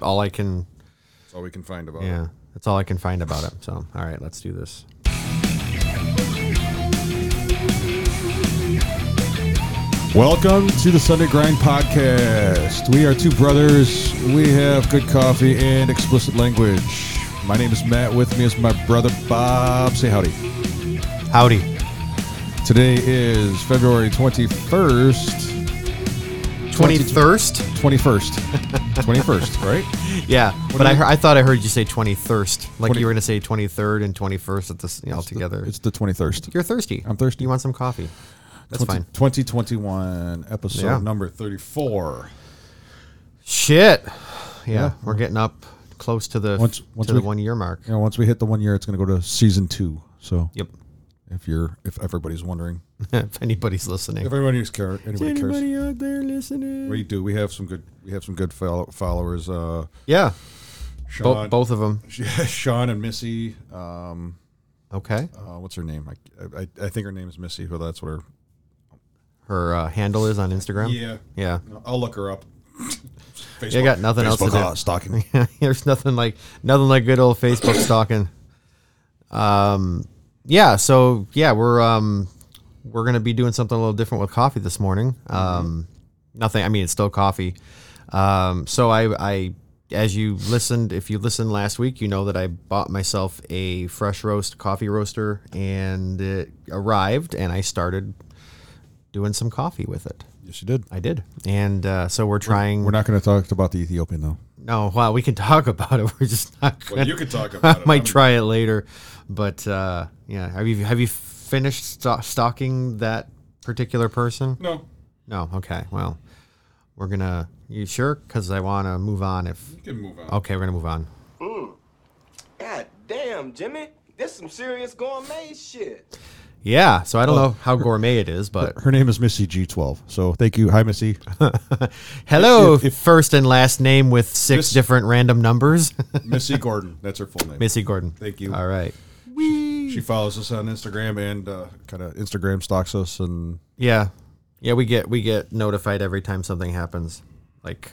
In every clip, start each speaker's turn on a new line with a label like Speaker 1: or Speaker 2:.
Speaker 1: all I can.
Speaker 2: That's all we can find about
Speaker 1: Yeah,
Speaker 2: it.
Speaker 1: that's all I can find about it. So, all right, let's do this.
Speaker 2: Welcome to the Sunday Grind Podcast. We are two brothers. We have good coffee and explicit language. My name is Matt. With me is my brother Bob. Say howdy.
Speaker 1: Howdy.
Speaker 2: Today is February 21st.
Speaker 1: 21st?
Speaker 2: 21st. 21st, right?
Speaker 1: Yeah, but
Speaker 2: do
Speaker 1: I,
Speaker 2: you-
Speaker 1: heard, I thought I heard you say 21st. Like
Speaker 2: Twenty-
Speaker 1: you were going to say 23rd and 21st at this, you know, all together.
Speaker 2: It's the 21st.
Speaker 1: You're thirsty.
Speaker 2: I'm thirsty.
Speaker 1: You want some coffee? That's
Speaker 2: 20
Speaker 1: fine.
Speaker 2: 2021 episode
Speaker 1: Yeah.
Speaker 2: number 34.
Speaker 1: Shit. Yeah,
Speaker 2: Yeah.
Speaker 1: we're getting up close to the
Speaker 2: Once- once
Speaker 1: to the
Speaker 2: we-
Speaker 1: one year mark.
Speaker 2: You know, once we hit the one year, it's going to go to season two. So
Speaker 1: Yep.
Speaker 2: if you're, if everybody's wondering,
Speaker 1: if anybody's listening.
Speaker 2: if anybody cares, anybody cares,
Speaker 1: out there listening?
Speaker 2: We do. We have some good. We have some good follow- followers. Uh,
Speaker 1: Yeah, bo-
Speaker 2: Sean,
Speaker 1: both of them.
Speaker 2: Sean and Missy. Um,
Speaker 1: Okay.
Speaker 2: uh, what's her name? I, I, I think her name is Missy, but that's what her.
Speaker 1: Her uh, handle is on Instagram. Yeah.
Speaker 2: I'll look her up. Facebook,
Speaker 1: You got nothing else to
Speaker 2: Facebook,
Speaker 1: do.
Speaker 2: uh, stalking.
Speaker 1: There's nothing like nothing like good old Facebook stalking. Um, yeah. So yeah, we're um, we're gonna be doing something a little different with coffee this morning. Um, nothing. I mean, it's still coffee. Um, so I, I, as you listened, if you listened last week, you know that I bought myself a fresh roast coffee roaster, and it arrived, and I started doing some coffee with it.
Speaker 2: yes, you did.
Speaker 1: I did, and uh, so we're trying.
Speaker 2: We're not going to talk about the Ethiopian though.
Speaker 1: No, wow, we can talk about it. We're just not. Gonna,
Speaker 2: could talk
Speaker 1: I might try it later, but uh, yeah. Have you have you finished sto- stalking that particular person?
Speaker 2: No,
Speaker 1: No. Okay. Well, we're gonna. You sure? Because I want to move on. If
Speaker 2: you can move on.
Speaker 1: okay, we're gonna move on.
Speaker 3: God damn, Jimmy. This some serious gourmet shit.
Speaker 1: Yeah. So I don't know how gourmet it is, but
Speaker 2: Her name is Missy G12. So thank you. Hi, Missy.
Speaker 1: hello,
Speaker 2: if- if-
Speaker 1: first and last name with six
Speaker 2: Miss-
Speaker 1: different random numbers.
Speaker 2: Missy Gordon. That's her full name.
Speaker 1: Missy Gordon.
Speaker 2: Thank you.
Speaker 1: All right.
Speaker 2: She follows us on Instagram and uh, kind of Instagram stalks us and
Speaker 1: Yeah. Yeah. We get we get notified every time something happens. Like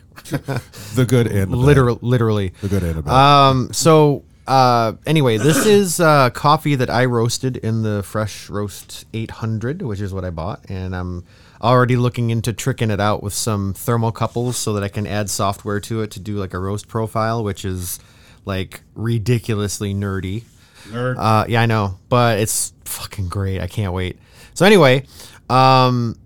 Speaker 2: the good and the bad.
Speaker 1: literally, literally.
Speaker 2: the good and the bad.
Speaker 1: Um, so uh, anyway, this is uh, coffee that I roasted in the Fresh Roast 800, which is what I bought, and I'm already looking into tricking it out with some thermocouples so that I can add software to it to do like a roast profile, which is like ridiculously nerdy.
Speaker 2: Nerd.
Speaker 1: Uh, yeah, I know, but it's fucking great. I can't wait. So anyway, um,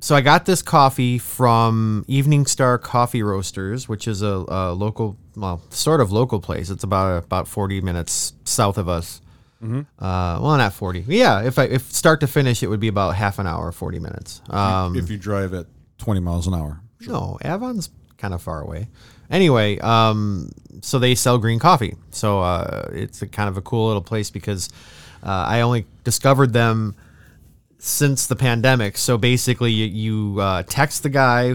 Speaker 1: so I got this coffee from Evening Star Coffee Roasters, which is a, a local, well, sort of local place. It's about about forty minutes south of us. Uh, well, not forty. Yeah, if I if start to finish, it would be about half an hour, forty minutes. Um,
Speaker 2: if you drive at 20 miles an hour.
Speaker 1: no, Avon's kind of far away. Anyway, um, so they sell green coffee. So uh, it's a kind of a cool little place because uh, I only discovered them since the pandemic. So basically, you, you uh, text the guy.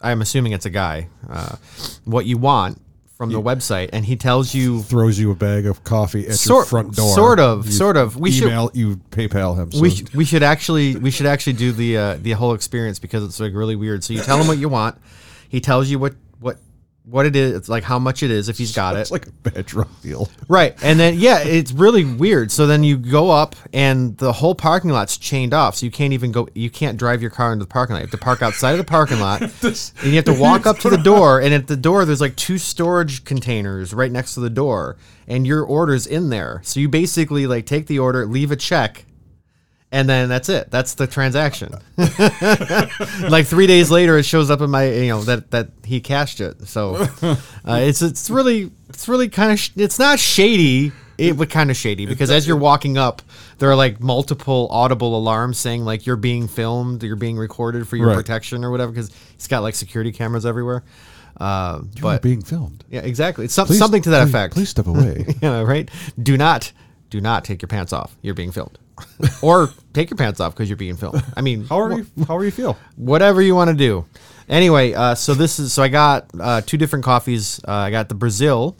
Speaker 1: I'm assuming it's a guy. Uh, what you want from the website, and he tells you
Speaker 2: Throws you a bag of coffee at your
Speaker 1: Sort-
Speaker 2: front door.
Speaker 1: sort of,
Speaker 2: You
Speaker 1: sort of. We should-
Speaker 2: email, you PayPal him. So
Speaker 1: we, sh- we should actually we should actually do the uh, the whole experience because it's like really weird. So you tell him what you want. He tells you what what what it is. It's like how much it is if he's got it.
Speaker 2: it's like a bad drug deal.
Speaker 1: Right. And then, yeah, it's really weird. So then you go up, and the whole parking lot's chained off. So you can't even go, you can't drive your car into the parking lot. You have to park outside of the parking lot, and you have to walk up to the door. And at the door, there's like two storage containers right next to the door, and your order's in there. So you basically like take the order, leave a check. And then that's it. That's the transaction. like three days later, it shows up in my you know that that he cashed it. So uh, it's it's really it's really kind of sh- it's not shady. It was kind of shady because as you're walking up, there are like multiple audible alarms saying like you're being filmed, you're being recorded for your
Speaker 2: Right.
Speaker 1: protection or whatever. Because he's got like security cameras everywhere. Uh,
Speaker 2: You're
Speaker 1: but
Speaker 2: being filmed.
Speaker 1: yeah, exactly. It's some,
Speaker 2: Please-
Speaker 1: something to that
Speaker 2: please-
Speaker 1: effect.
Speaker 2: Please step away.
Speaker 1: Yeah, right. Do not, do not take your pants off. You're being filmed, or take your pants off because you're being filmed. I mean,
Speaker 2: how are you? How are you feel?
Speaker 1: whatever you want to do. Anyway, uh, so this is so I got uh, two different coffees. Uh, I got the Brazil,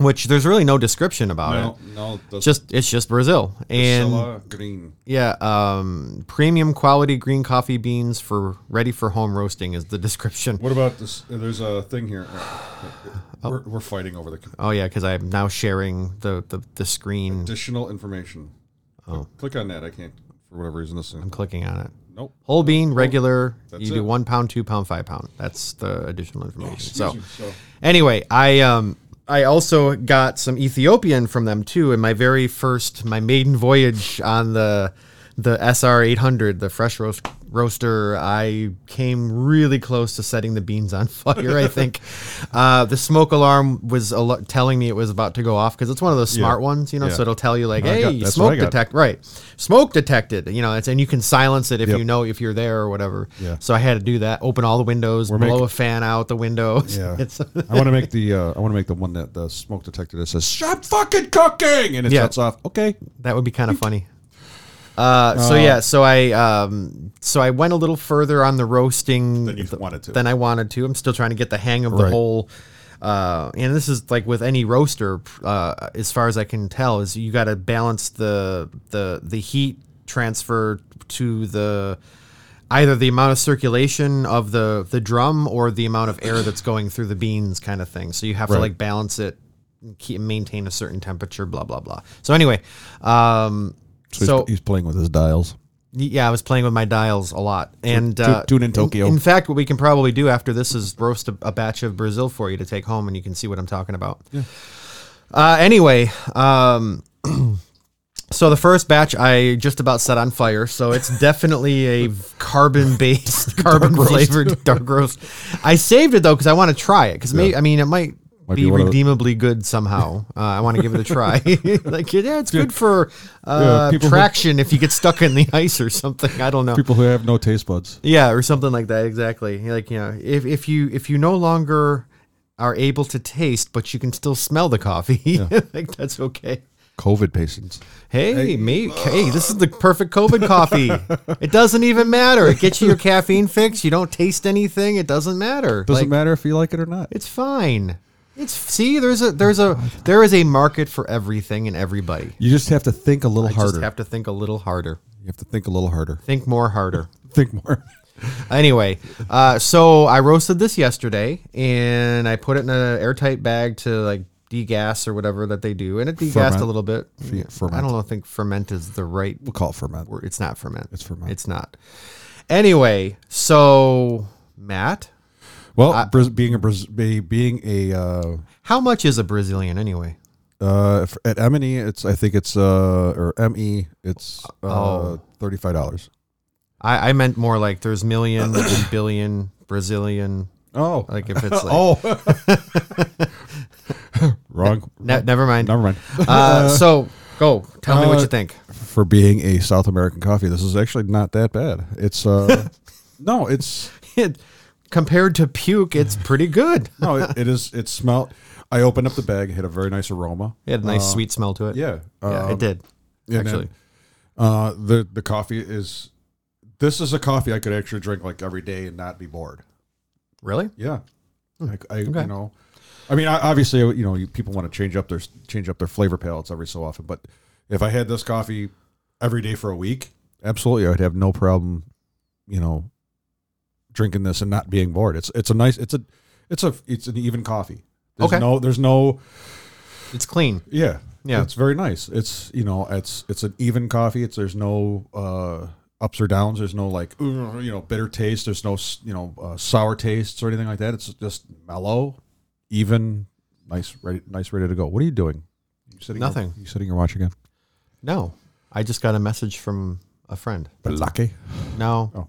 Speaker 1: which there's really no description about it.
Speaker 2: no, the
Speaker 1: Just it's just Brazil and
Speaker 2: Scylla green.
Speaker 1: yeah, um, premium quality green coffee beans for ready for home roasting is the description.
Speaker 2: What about this? There's a thing here. We're, we're fighting over the
Speaker 1: Oh yeah, because I'm now sharing the the, the screen.
Speaker 2: additional information. Oh. Click on that. I can't for whatever reason. This
Speaker 1: I'm
Speaker 2: thing.
Speaker 1: clicking on it.
Speaker 2: Nope.
Speaker 1: Whole bean, regular.
Speaker 2: That's
Speaker 1: you
Speaker 2: it.
Speaker 1: do one pound, two pound, five pound. That's the additional information. so,
Speaker 2: Excuse me, so-
Speaker 1: anyway, I um I also got some Ethiopian from them too in my very first my maiden voyage on the the SR 800, the fresh roast roaster. I came really close to setting the beans on fire. I think uh, the smoke alarm was al- telling me it was about to go off because it's one of those smart ones, you know.
Speaker 2: Yeah.
Speaker 1: So it'll tell you like,
Speaker 2: I
Speaker 1: hey,
Speaker 2: got- that's what I
Speaker 1: smoke
Speaker 2: got.
Speaker 1: detect right, smoke detected. You know, it's, and you can silence it if
Speaker 2: Yep.
Speaker 1: you know if you're there or whatever.
Speaker 2: Yeah.
Speaker 1: So I had to do that. Open all the windows, blow
Speaker 2: making-
Speaker 1: a fan out the windows.
Speaker 2: Yeah,
Speaker 1: It's-
Speaker 2: I want to make the uh, I want to make the one that the smoke detector that says "Stop fucking cooking" and it
Speaker 1: Yeah.
Speaker 2: shuts off. Okay,
Speaker 1: That would be kind of funny. Uh, so yeah, so I um, so I went a little further on the roasting
Speaker 2: Than you wanted to.
Speaker 1: Than I wanted to. I'm still trying to get the hang of
Speaker 2: Right.
Speaker 1: the whole. Uh, and this is like with any roaster, uh, as far as I can tell, is you got to balance the the the heat transfer to the either the amount of circulation of the the drum or the amount of air that's going through the beans, kind of thing. So you have
Speaker 2: Right.
Speaker 1: to like balance it keep, maintain a certain temperature, blah blah blah. So anyway, um,
Speaker 2: so, he's-
Speaker 1: so,
Speaker 2: he's, playing with his dials.
Speaker 1: yeah, I was playing with my dials a lot, and uh,
Speaker 2: tune in Tokyo.
Speaker 1: In, fact, what we can probably do after this is roast a, a batch of Brazil for you to take home, and you can see what I'm talking about. Uh, anyway, um, so the first batch I just about set on fire, so it's definitely a carbon-based, carbon-flavored dark roast. I saved it though because I want to try it because maybe I mean it might.
Speaker 2: Might
Speaker 1: be,
Speaker 2: be one of the-
Speaker 1: redeemably good somehow. Uh, I want to give it a try. like yeah, it's good for uh,
Speaker 2: people who-
Speaker 1: traction if you get stuck in the ice or something. I don't know.
Speaker 2: People who have no taste buds.
Speaker 1: Yeah, or something like that. Exactly. Like you know, if if you if you no longer are able to taste, but you can still smell the coffee, like that's okay.
Speaker 2: COVID patients.
Speaker 1: Hey, mate. Hey, this is the perfect COVID coffee. it doesn't even matter. It gets you your caffeine fix. You don't taste anything. It doesn't matter.
Speaker 2: Doesn't
Speaker 1: Like,
Speaker 2: matter if you like it or not.
Speaker 1: It's fine. It's see, there's a there's a there is a market for everything and everybody.
Speaker 2: You just have to think a little
Speaker 1: I
Speaker 2: harder.
Speaker 1: just have to think a little harder.
Speaker 2: you have to think a little harder.
Speaker 1: Think more harder.
Speaker 2: Think more.
Speaker 1: anyway, uh, so I roasted this yesterday and I put it in an airtight bag to like degas or whatever that they do, and it degassed
Speaker 2: Ferment.
Speaker 1: a little bit. Yeah,
Speaker 2: ferment.
Speaker 1: I don't know. Think ferment is the right
Speaker 2: We'll call it ferment.
Speaker 1: word. It's not ferment. It's
Speaker 2: ferment.
Speaker 1: It's not. Anyway, so Matt,
Speaker 2: Well, Braz- being a Braz- be- being a uh,
Speaker 1: how much is a Brazilian anyway?
Speaker 2: uh, f- at M E, it's I think it's uh or M E, it's uh,
Speaker 1: Oh.
Speaker 2: thirty five dollars.
Speaker 1: I, I meant more like there's million and billion Brazilian.
Speaker 2: Oh,
Speaker 1: Like if it's like,
Speaker 2: oh, wrong.
Speaker 1: ne- never mind.
Speaker 2: Oh. Never mind.
Speaker 1: Uh, so go tell me what
Speaker 2: uh,
Speaker 1: you think.
Speaker 2: For being a South American coffee, this is actually not that bad. It's uh, no, it's
Speaker 1: Compared to puke, it's pretty good.
Speaker 2: no, it, it is. It smelled. I opened up the bag. It had a very nice aroma.
Speaker 1: It had a nice sweet smell to it.
Speaker 2: Yeah,
Speaker 1: Uh, Yeah,
Speaker 2: um,
Speaker 1: it did.
Speaker 2: and
Speaker 1: actually.
Speaker 2: then, uh, the the coffee is. This is a coffee I could actually drink like every day and not be bored.
Speaker 1: Really? Hmm.
Speaker 2: Yeah, I, I
Speaker 1: Okay.
Speaker 2: you know, I mean, I, obviously, you know, you, people want to change up their change up their flavor palettes every so often. But if I had this coffee every day for a week, absolutely, I'd have no problem, you know, drinking this and not being bored. It's it's a nice, it's a, it's a, it's an even coffee. There's
Speaker 1: Okay.
Speaker 2: No, there's no,
Speaker 1: It's clean.
Speaker 2: yeah,
Speaker 1: Yeah.
Speaker 2: It's very nice. It's you know, it's it's an even coffee. It's there's no. uh Ups or downs. There's no like, "Ugh," you know, bitter taste. There's no, s- you know, uh, sour tastes or anything like that. It's just mellow, even nice, ready, nice, ready to go. What are you doing? You sitting your-
Speaker 1: Nothing.
Speaker 2: you sitting your watch again?
Speaker 1: No. I just got a message from a friend.
Speaker 2: lucky.
Speaker 1: No.
Speaker 2: Oh.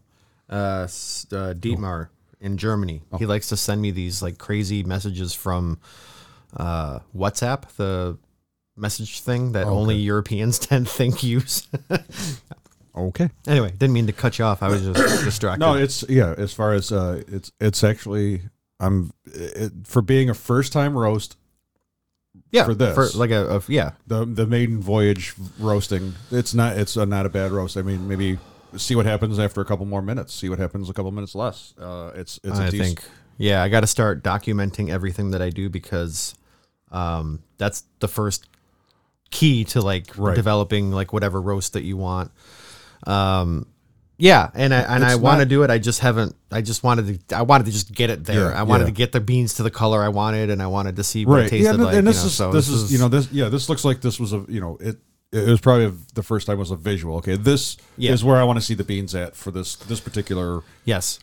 Speaker 1: Uh, s- uh, Dietmar in Germany. He likes to send me these like crazy messages from uh, WhatsApp, the message thing that only Europeans tend think use.
Speaker 2: Okay.
Speaker 1: anyway, didn't mean to cut you off. I was just distracted.
Speaker 2: No, it's yeah. As far as uh, it's it's actually I'm it, for being a first time roast
Speaker 1: yeah,
Speaker 2: for this.
Speaker 1: like a, a yeah.
Speaker 2: the the maiden voyage roasting. It's not it's uh not a bad roast. I mean, maybe see what happens after a couple more minutes. See what happens a couple minutes less. Uh, it's it's a
Speaker 1: I
Speaker 2: decent.
Speaker 1: think. Yeah, I got to start documenting everything that I do because Um, that's the first key to like
Speaker 2: Right.
Speaker 1: developing like whatever roast that you want. Um, yeah, and I and I
Speaker 2: It's
Speaker 1: want to
Speaker 2: not-
Speaker 1: do it. I just haven't. I just wanted to. I wanted to just get it there.
Speaker 2: Yeah,
Speaker 1: I wanted
Speaker 2: yeah.
Speaker 1: to get the beans to the color I wanted, and I wanted to see what it
Speaker 2: right?
Speaker 1: tasted
Speaker 2: Yeah, and,
Speaker 1: like.
Speaker 2: and
Speaker 1: you
Speaker 2: this
Speaker 1: know,
Speaker 2: is
Speaker 1: so
Speaker 2: this is you know this yeah this looks like this was a you know it it was probably the first time was a visual. Okay, this
Speaker 1: Yeah.
Speaker 2: is where I want to see the beans at for this this particular
Speaker 1: yes,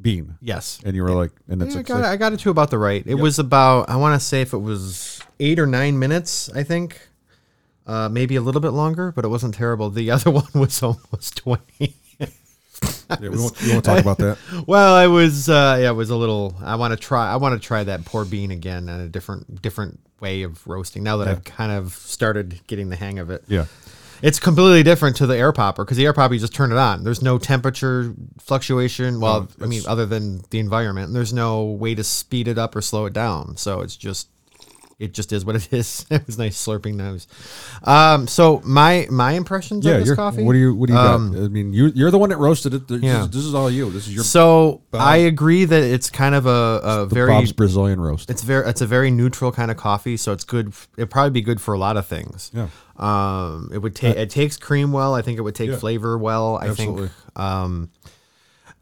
Speaker 2: bean.
Speaker 1: yes.
Speaker 2: And you were like, and it's
Speaker 1: Yeah, I
Speaker 2: like
Speaker 1: got it. I got it to about the right. It was about I want to say if it was eight or nine minutes, I think, uh, maybe a little bit longer, but it wasn't terrible. The other one was almost twenty.
Speaker 2: yeah, we, won't, we won't talk about that.
Speaker 1: well, I was uh, yeah, it was a little. I want to try. I want to try that poor bean again and a different different way of roasting. Now that I've kind of started getting the hang of it,
Speaker 2: Yeah,
Speaker 1: it's completely different to the air popper because the air popper you just turn it on. There's no temperature fluctuation. Well, I mean, other than the environment, and there's no way to speed it up or slow it down. So it's just, it just is what it is. it was nice slurping those. Um, so my my impressions
Speaker 2: yeah.
Speaker 1: of this
Speaker 2: You're,
Speaker 1: coffee.
Speaker 2: what do you what do you
Speaker 1: Um,
Speaker 2: got? I mean, you you're the one that roasted it. This,
Speaker 1: Yeah.
Speaker 2: is, this is all you. This is your
Speaker 1: So I agree that it's kind of a, a very
Speaker 2: Bob's Brazilian roast.
Speaker 1: it's very it's a very neutral kind of coffee, so it's good. It'd probably be good for a lot of things.
Speaker 2: Yeah.
Speaker 1: Um, it would take it takes cream well. I think it would take
Speaker 2: Uh, Yeah.
Speaker 1: flavor well. I
Speaker 2: Absolutely.
Speaker 1: think. Um,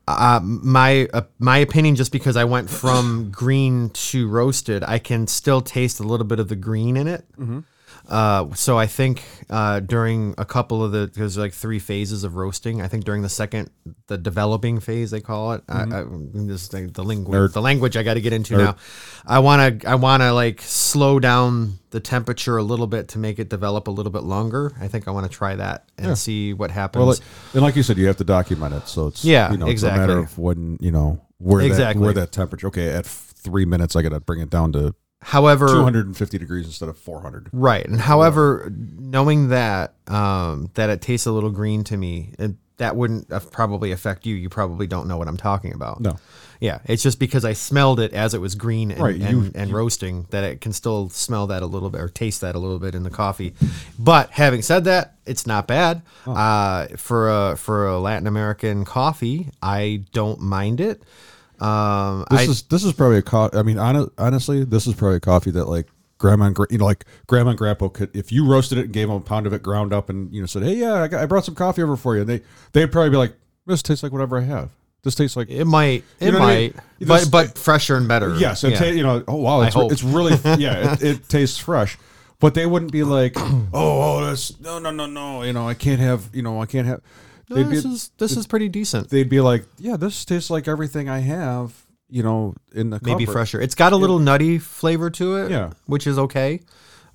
Speaker 1: uh, my uh, my opinion, just because I went from green to roasted, I can still taste a little bit of the green in it.
Speaker 2: Mm-hmm.
Speaker 1: Uh, so I think uh, during a couple of the there's like three phases of roasting. I think during the second, the developing phase they call it. I, I,
Speaker 2: Mm-hmm.
Speaker 1: this thing, the language, the language I got to get into now. I want to I want to like slow down the temperature a little bit to make it develop a little bit longer. I think I want to try that and see what happens.
Speaker 2: Well, like, and like you said, you have to document it. So it's
Speaker 1: Yeah,
Speaker 2: you know, It's a
Speaker 1: exactly.
Speaker 2: matter of when you know where
Speaker 1: Exactly.
Speaker 2: that where that temperature. Okay, at f- three minutes, I got to bring it down to
Speaker 1: However,
Speaker 2: 250 degrees instead of 400.
Speaker 1: Right. And however, knowing that um, that it tastes a little green to me, it, that wouldn't af- probably affect you. You probably don't know what I'm talking about.
Speaker 2: No.
Speaker 1: Yeah, it's just because I smelled it as it was green and,
Speaker 2: Right, you-
Speaker 1: and, and roasting that it can still smell that a little bit or taste that a little bit in the coffee. But having said that, it's not bad uh, for a for a Latin American coffee. I don't mind it. Um,
Speaker 2: This
Speaker 1: I,
Speaker 2: is this is probably a coffee. I mean, hon- honestly, this is probably a coffee that like grandma and gra- you know like grandma and grandpa could if you roasted it and gave them a pound of it ground up and you know said, hey, yeah, I, got, I brought some coffee over for you, and they they'd probably be like, this tastes like whatever I have. This tastes like
Speaker 1: it might it
Speaker 2: know what I mean?
Speaker 1: might,
Speaker 2: This-
Speaker 1: but but fresher and better.
Speaker 2: Yeah, so ta- you know, oh wow, it's, re-
Speaker 1: hope.
Speaker 2: it's really yeah, it, it tastes fresh, but they wouldn't be like, oh, oh, that's no, no, no, no, you know, I can't have, you know, I can't have. They'd
Speaker 1: this
Speaker 2: be,
Speaker 1: is this is pretty decent.
Speaker 2: they'd be like, yeah, this tastes like everything I have, you know, in the
Speaker 1: Maybe
Speaker 2: cupboard."
Speaker 1: fresher. It's got a little nutty flavor to it,
Speaker 2: Yeah.
Speaker 1: which is okay.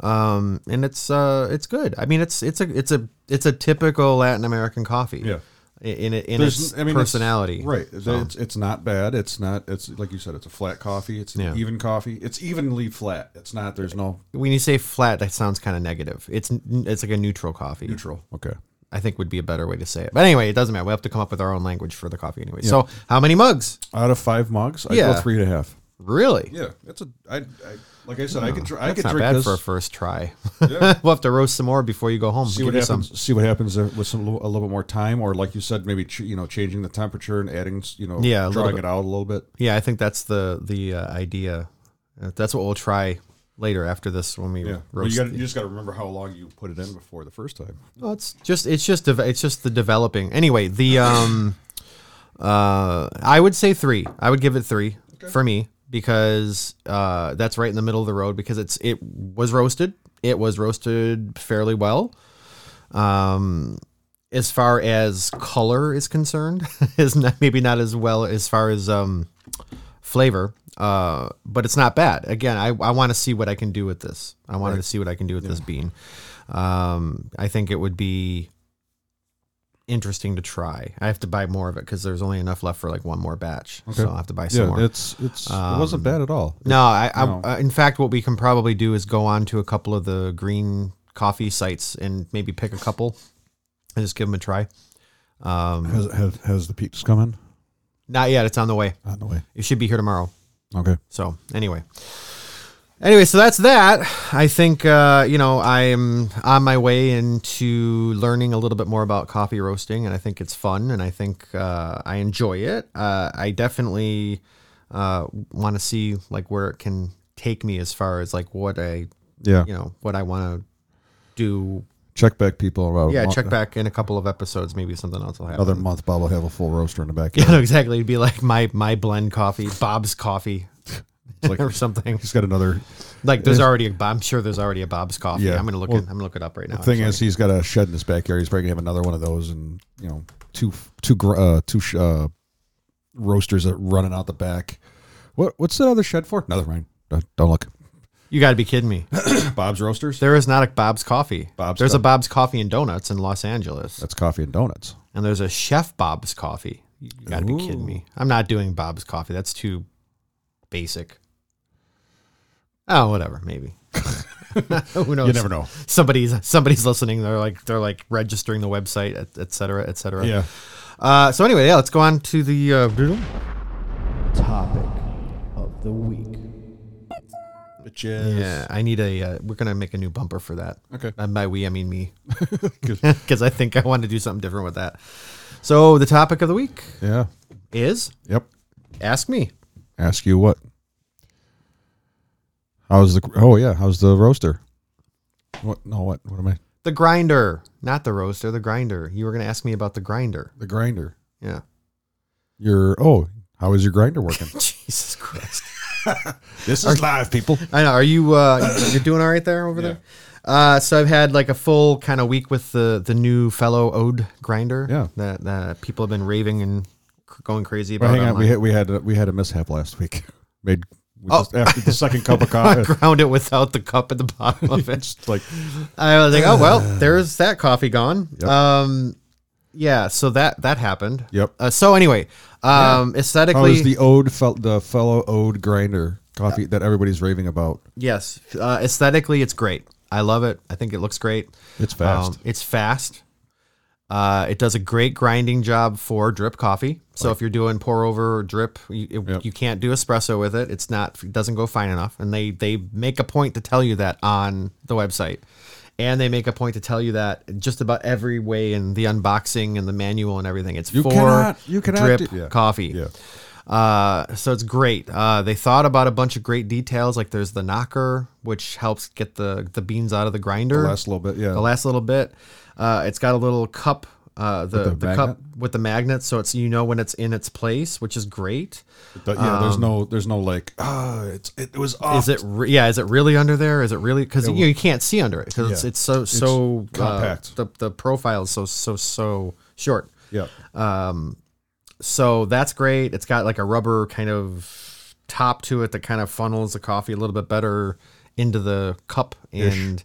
Speaker 1: Um, and it's uh, it's good. I mean, it's it's a it's a it's a typical Latin American coffee.
Speaker 2: Yeah.
Speaker 1: i- in it, in
Speaker 2: There's-
Speaker 1: its
Speaker 2: I mean, it's-
Speaker 1: personality.
Speaker 2: right? It's, it's not bad. It's not. It's like you said. It's a flat coffee. It's an
Speaker 1: Yeah.
Speaker 2: even coffee. It's evenly flat. It's not. There's no
Speaker 1: When you say flat, that sounds kind of negative. It's n- it's like a neutral coffee.
Speaker 2: neutral. Okay.
Speaker 1: I think would be a better way to say it. But anyway, it doesn't matter. We have to come up with our own language for the coffee anyway. So how many mugs?
Speaker 2: Out of five mugs, I go
Speaker 1: Yeah.
Speaker 2: three and a half.
Speaker 1: Really?
Speaker 2: Yeah, it's a. I, I like I said, I could. Tr- I
Speaker 1: That's
Speaker 2: could
Speaker 1: not
Speaker 2: drink
Speaker 1: bad
Speaker 2: this.
Speaker 1: for a first try.
Speaker 2: Yeah.
Speaker 1: we'll have to roast some more before you go home.
Speaker 2: see
Speaker 1: Give
Speaker 2: what
Speaker 1: you some.
Speaker 2: happens. See what happens there with some a little bit more time, or like you said, maybe ch- you know changing the temperature and adding you know
Speaker 1: Yeah, a little
Speaker 2: drawing
Speaker 1: bit.
Speaker 2: it out a little bit.
Speaker 1: Yeah, I think that's the the uh, idea. Uh, That's what we'll try later after this when we
Speaker 2: Yeah, well, you,
Speaker 1: roast.
Speaker 2: gotta, you just got to remember how long you put it in before the first time.
Speaker 1: Well, it's just it's just deve- it's just the developing. Anyway, the um, uh, I would say three. I would give it three for me because uh, that's right in the middle of the road because it's it was roasted. It was roasted fairly well. Um, as far as color is concerned, is not, maybe not as well as far as um flavor. Uh, but it's not bad. Again, I, I want to see what I can do with this. I wanted to see what I can do with this bean. Um, I think it would be interesting to try. I have to buy more of it because there's only enough left for like one more batch. So I'll have to buy some more. Um,
Speaker 2: it's it's it wasn't bad at all.
Speaker 1: No, I, I
Speaker 2: No.
Speaker 1: uh, in fact, what we can probably do is go on to a couple of the green coffee sites and maybe pick a couple and just give them a try. Um,
Speaker 2: Has, has has the peeps come in?
Speaker 1: not yet; it's on the way.
Speaker 2: On the way.
Speaker 1: It should be here tomorrow.
Speaker 2: Okay.
Speaker 1: So anyway, anyway, so that's that. I think uh, you know I'm on my way into learning a little bit more about coffee roasting, and I think it's fun, and I think uh, I enjoy it. Uh, I definitely uh, want to see like where it can take me as far as like what I
Speaker 2: Yeah.
Speaker 1: you know what I want to do.
Speaker 2: Check back people. About a
Speaker 1: Yeah,
Speaker 2: month-
Speaker 1: check back in a couple of episodes. Maybe something else will happen.
Speaker 2: Another month, Bob will have a full roaster in the
Speaker 1: yeah,
Speaker 2: backyard.
Speaker 1: no, exactly. It'd be like my my blend coffee, Bob's coffee,
Speaker 2: It's like-
Speaker 1: or something.
Speaker 2: he's got another
Speaker 1: Like there's already a. Bob- I'm sure there's already a Bob's coffee.
Speaker 2: Yeah.
Speaker 1: I'm gonna look.
Speaker 2: Well,
Speaker 1: in, I'm gonna look it up right now.
Speaker 2: thing.
Speaker 1: actually.
Speaker 2: Is he's got a shed in his backyard. He's probably gonna have another one of those, and you know, two two gr- uh, two sh- uh, roasters that running out the back. What what's that other shed for? Never mind. Don't, don't look.
Speaker 1: you got to be kidding me.
Speaker 2: Bob's roasters.
Speaker 1: There is not a Bob's coffee.
Speaker 2: Bob's
Speaker 1: there's
Speaker 2: Co-
Speaker 1: a Bob's coffee and donuts in Los Angeles,
Speaker 2: That's coffee and donuts.
Speaker 1: and there's a Chef Bob's coffee. You got to be kidding me. I'm not doing Bob's coffee. That's too basic. Oh, whatever. Maybe. Who knows?
Speaker 2: You never know.
Speaker 1: Somebody's somebody's listening. They're like they're like registering the website, et, et cetera, et cetera.
Speaker 2: Yeah.
Speaker 1: Uh, so anyway, yeah, let's go on to the uh,
Speaker 4: topic of the week.
Speaker 2: Bitches.
Speaker 1: Yeah, I need a. Uh, we're gonna make a new bumper for that.
Speaker 2: Okay.
Speaker 1: And by we, I mean me,
Speaker 2: Good.
Speaker 1: because I think I want to do something different with that. So the topic of the week
Speaker 2: Yeah.
Speaker 1: is
Speaker 2: Yep.
Speaker 1: ask me.
Speaker 2: Ask you what? How's the? Oh yeah. How's the roaster? What? No. What? What am I?
Speaker 1: The grinder, not the roaster. The grinder. You were gonna ask me about the grinder.
Speaker 2: The grinder.
Speaker 1: Yeah.
Speaker 2: Your oh. How is your grinder working?
Speaker 1: Jesus Christ.
Speaker 2: this is live, people.
Speaker 1: I know. Are you? Uh, you're doing all right there over there. Uh, so I've had like a full kind of week with the the new fellow Ode grinder.
Speaker 2: Yeah.
Speaker 1: That that people have been raving and c- going crazy
Speaker 2: But
Speaker 1: about.
Speaker 2: hang on, we
Speaker 1: online.
Speaker 2: had we had a, we had a mishap last week. Made we
Speaker 1: Oh.
Speaker 2: just, after the second cup of
Speaker 1: I
Speaker 2: coffee,
Speaker 1: ground it without the cup at the bottom of it.
Speaker 2: it's like
Speaker 1: I was like, oh well, there's that coffee gone. Um, yeah, so that that happened.
Speaker 2: Yep.
Speaker 1: Uh, so anyway, um,
Speaker 2: how
Speaker 1: aesthetically,
Speaker 2: is the ode fel- the fellow ode grinder coffee that everybody's raving about?
Speaker 1: yes, uh, aesthetically, it's great. I love it. I think it looks great.
Speaker 2: It's fast.
Speaker 1: Um, it's fast. Uh, it does a great grinding job for drip coffee. So if you're doing pour over or drip, you, it-
Speaker 2: Yep.
Speaker 1: you can't do espresso with it. It's not it doesn't go fine enough. And they they make a point to tell you that on the website, and they make a point to tell you that just about every way in the unboxing and the manual and everything. It's
Speaker 2: You
Speaker 1: for
Speaker 2: cannot- you cannot
Speaker 1: drip
Speaker 2: do- yeah.
Speaker 1: coffee.
Speaker 2: yeah,
Speaker 1: Uh, so it's great. Uh, they thought about a bunch of great details, like there's the knocker, which helps get the the beans out of the grinder.
Speaker 2: the last little bit. Yeah,
Speaker 1: the last little bit. Uh, it's got a little cup, uh, the
Speaker 2: With the
Speaker 1: the, cup
Speaker 2: magnet?
Speaker 1: with the magnet, so it's you know when it's in its place, which is great.
Speaker 2: But yeah. there's no there's no like ah, it's it was off.
Speaker 1: um, Is it re- yeah? Is it really under there? Is it really because you, know, you can't see under it because it's,
Speaker 2: Yeah.
Speaker 1: it's so so uh,
Speaker 2: compact.
Speaker 1: the the profile is so so so short.
Speaker 2: yeah,
Speaker 1: So that's great. It's got like a rubber kind of top to it that kind of funnels the coffee a little bit better into the cup and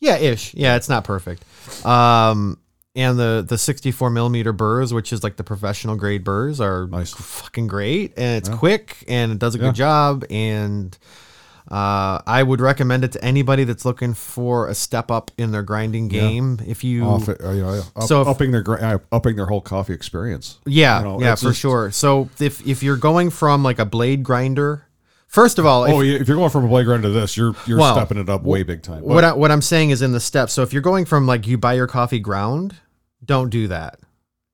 Speaker 1: yeah, ish. Yeah, it's not perfect. Um and the the 64 millimeter burrs, which is like the professional grade burrs, are
Speaker 2: Nice.
Speaker 1: fucking great and it's quick and it does a good job and uh, I would recommend it to anybody that's looking for a step up in their grinding game. If you
Speaker 2: off it, uh, you know, up,
Speaker 1: So if-
Speaker 2: upping their gri- uh, upping their whole coffee experience.
Speaker 1: Yeah,
Speaker 2: You know,
Speaker 1: yeah,
Speaker 2: it's
Speaker 1: for
Speaker 2: just-
Speaker 1: sure. So if if you're going from like a blade grinder, first of all, if,
Speaker 2: Oh, yeah, if you're going from a playground to this, you're you're
Speaker 1: Well,
Speaker 2: stepping it up way big time.
Speaker 1: what I, what I'm saying is in the steps. So if you're going from like you buy your coffee ground, don't do that.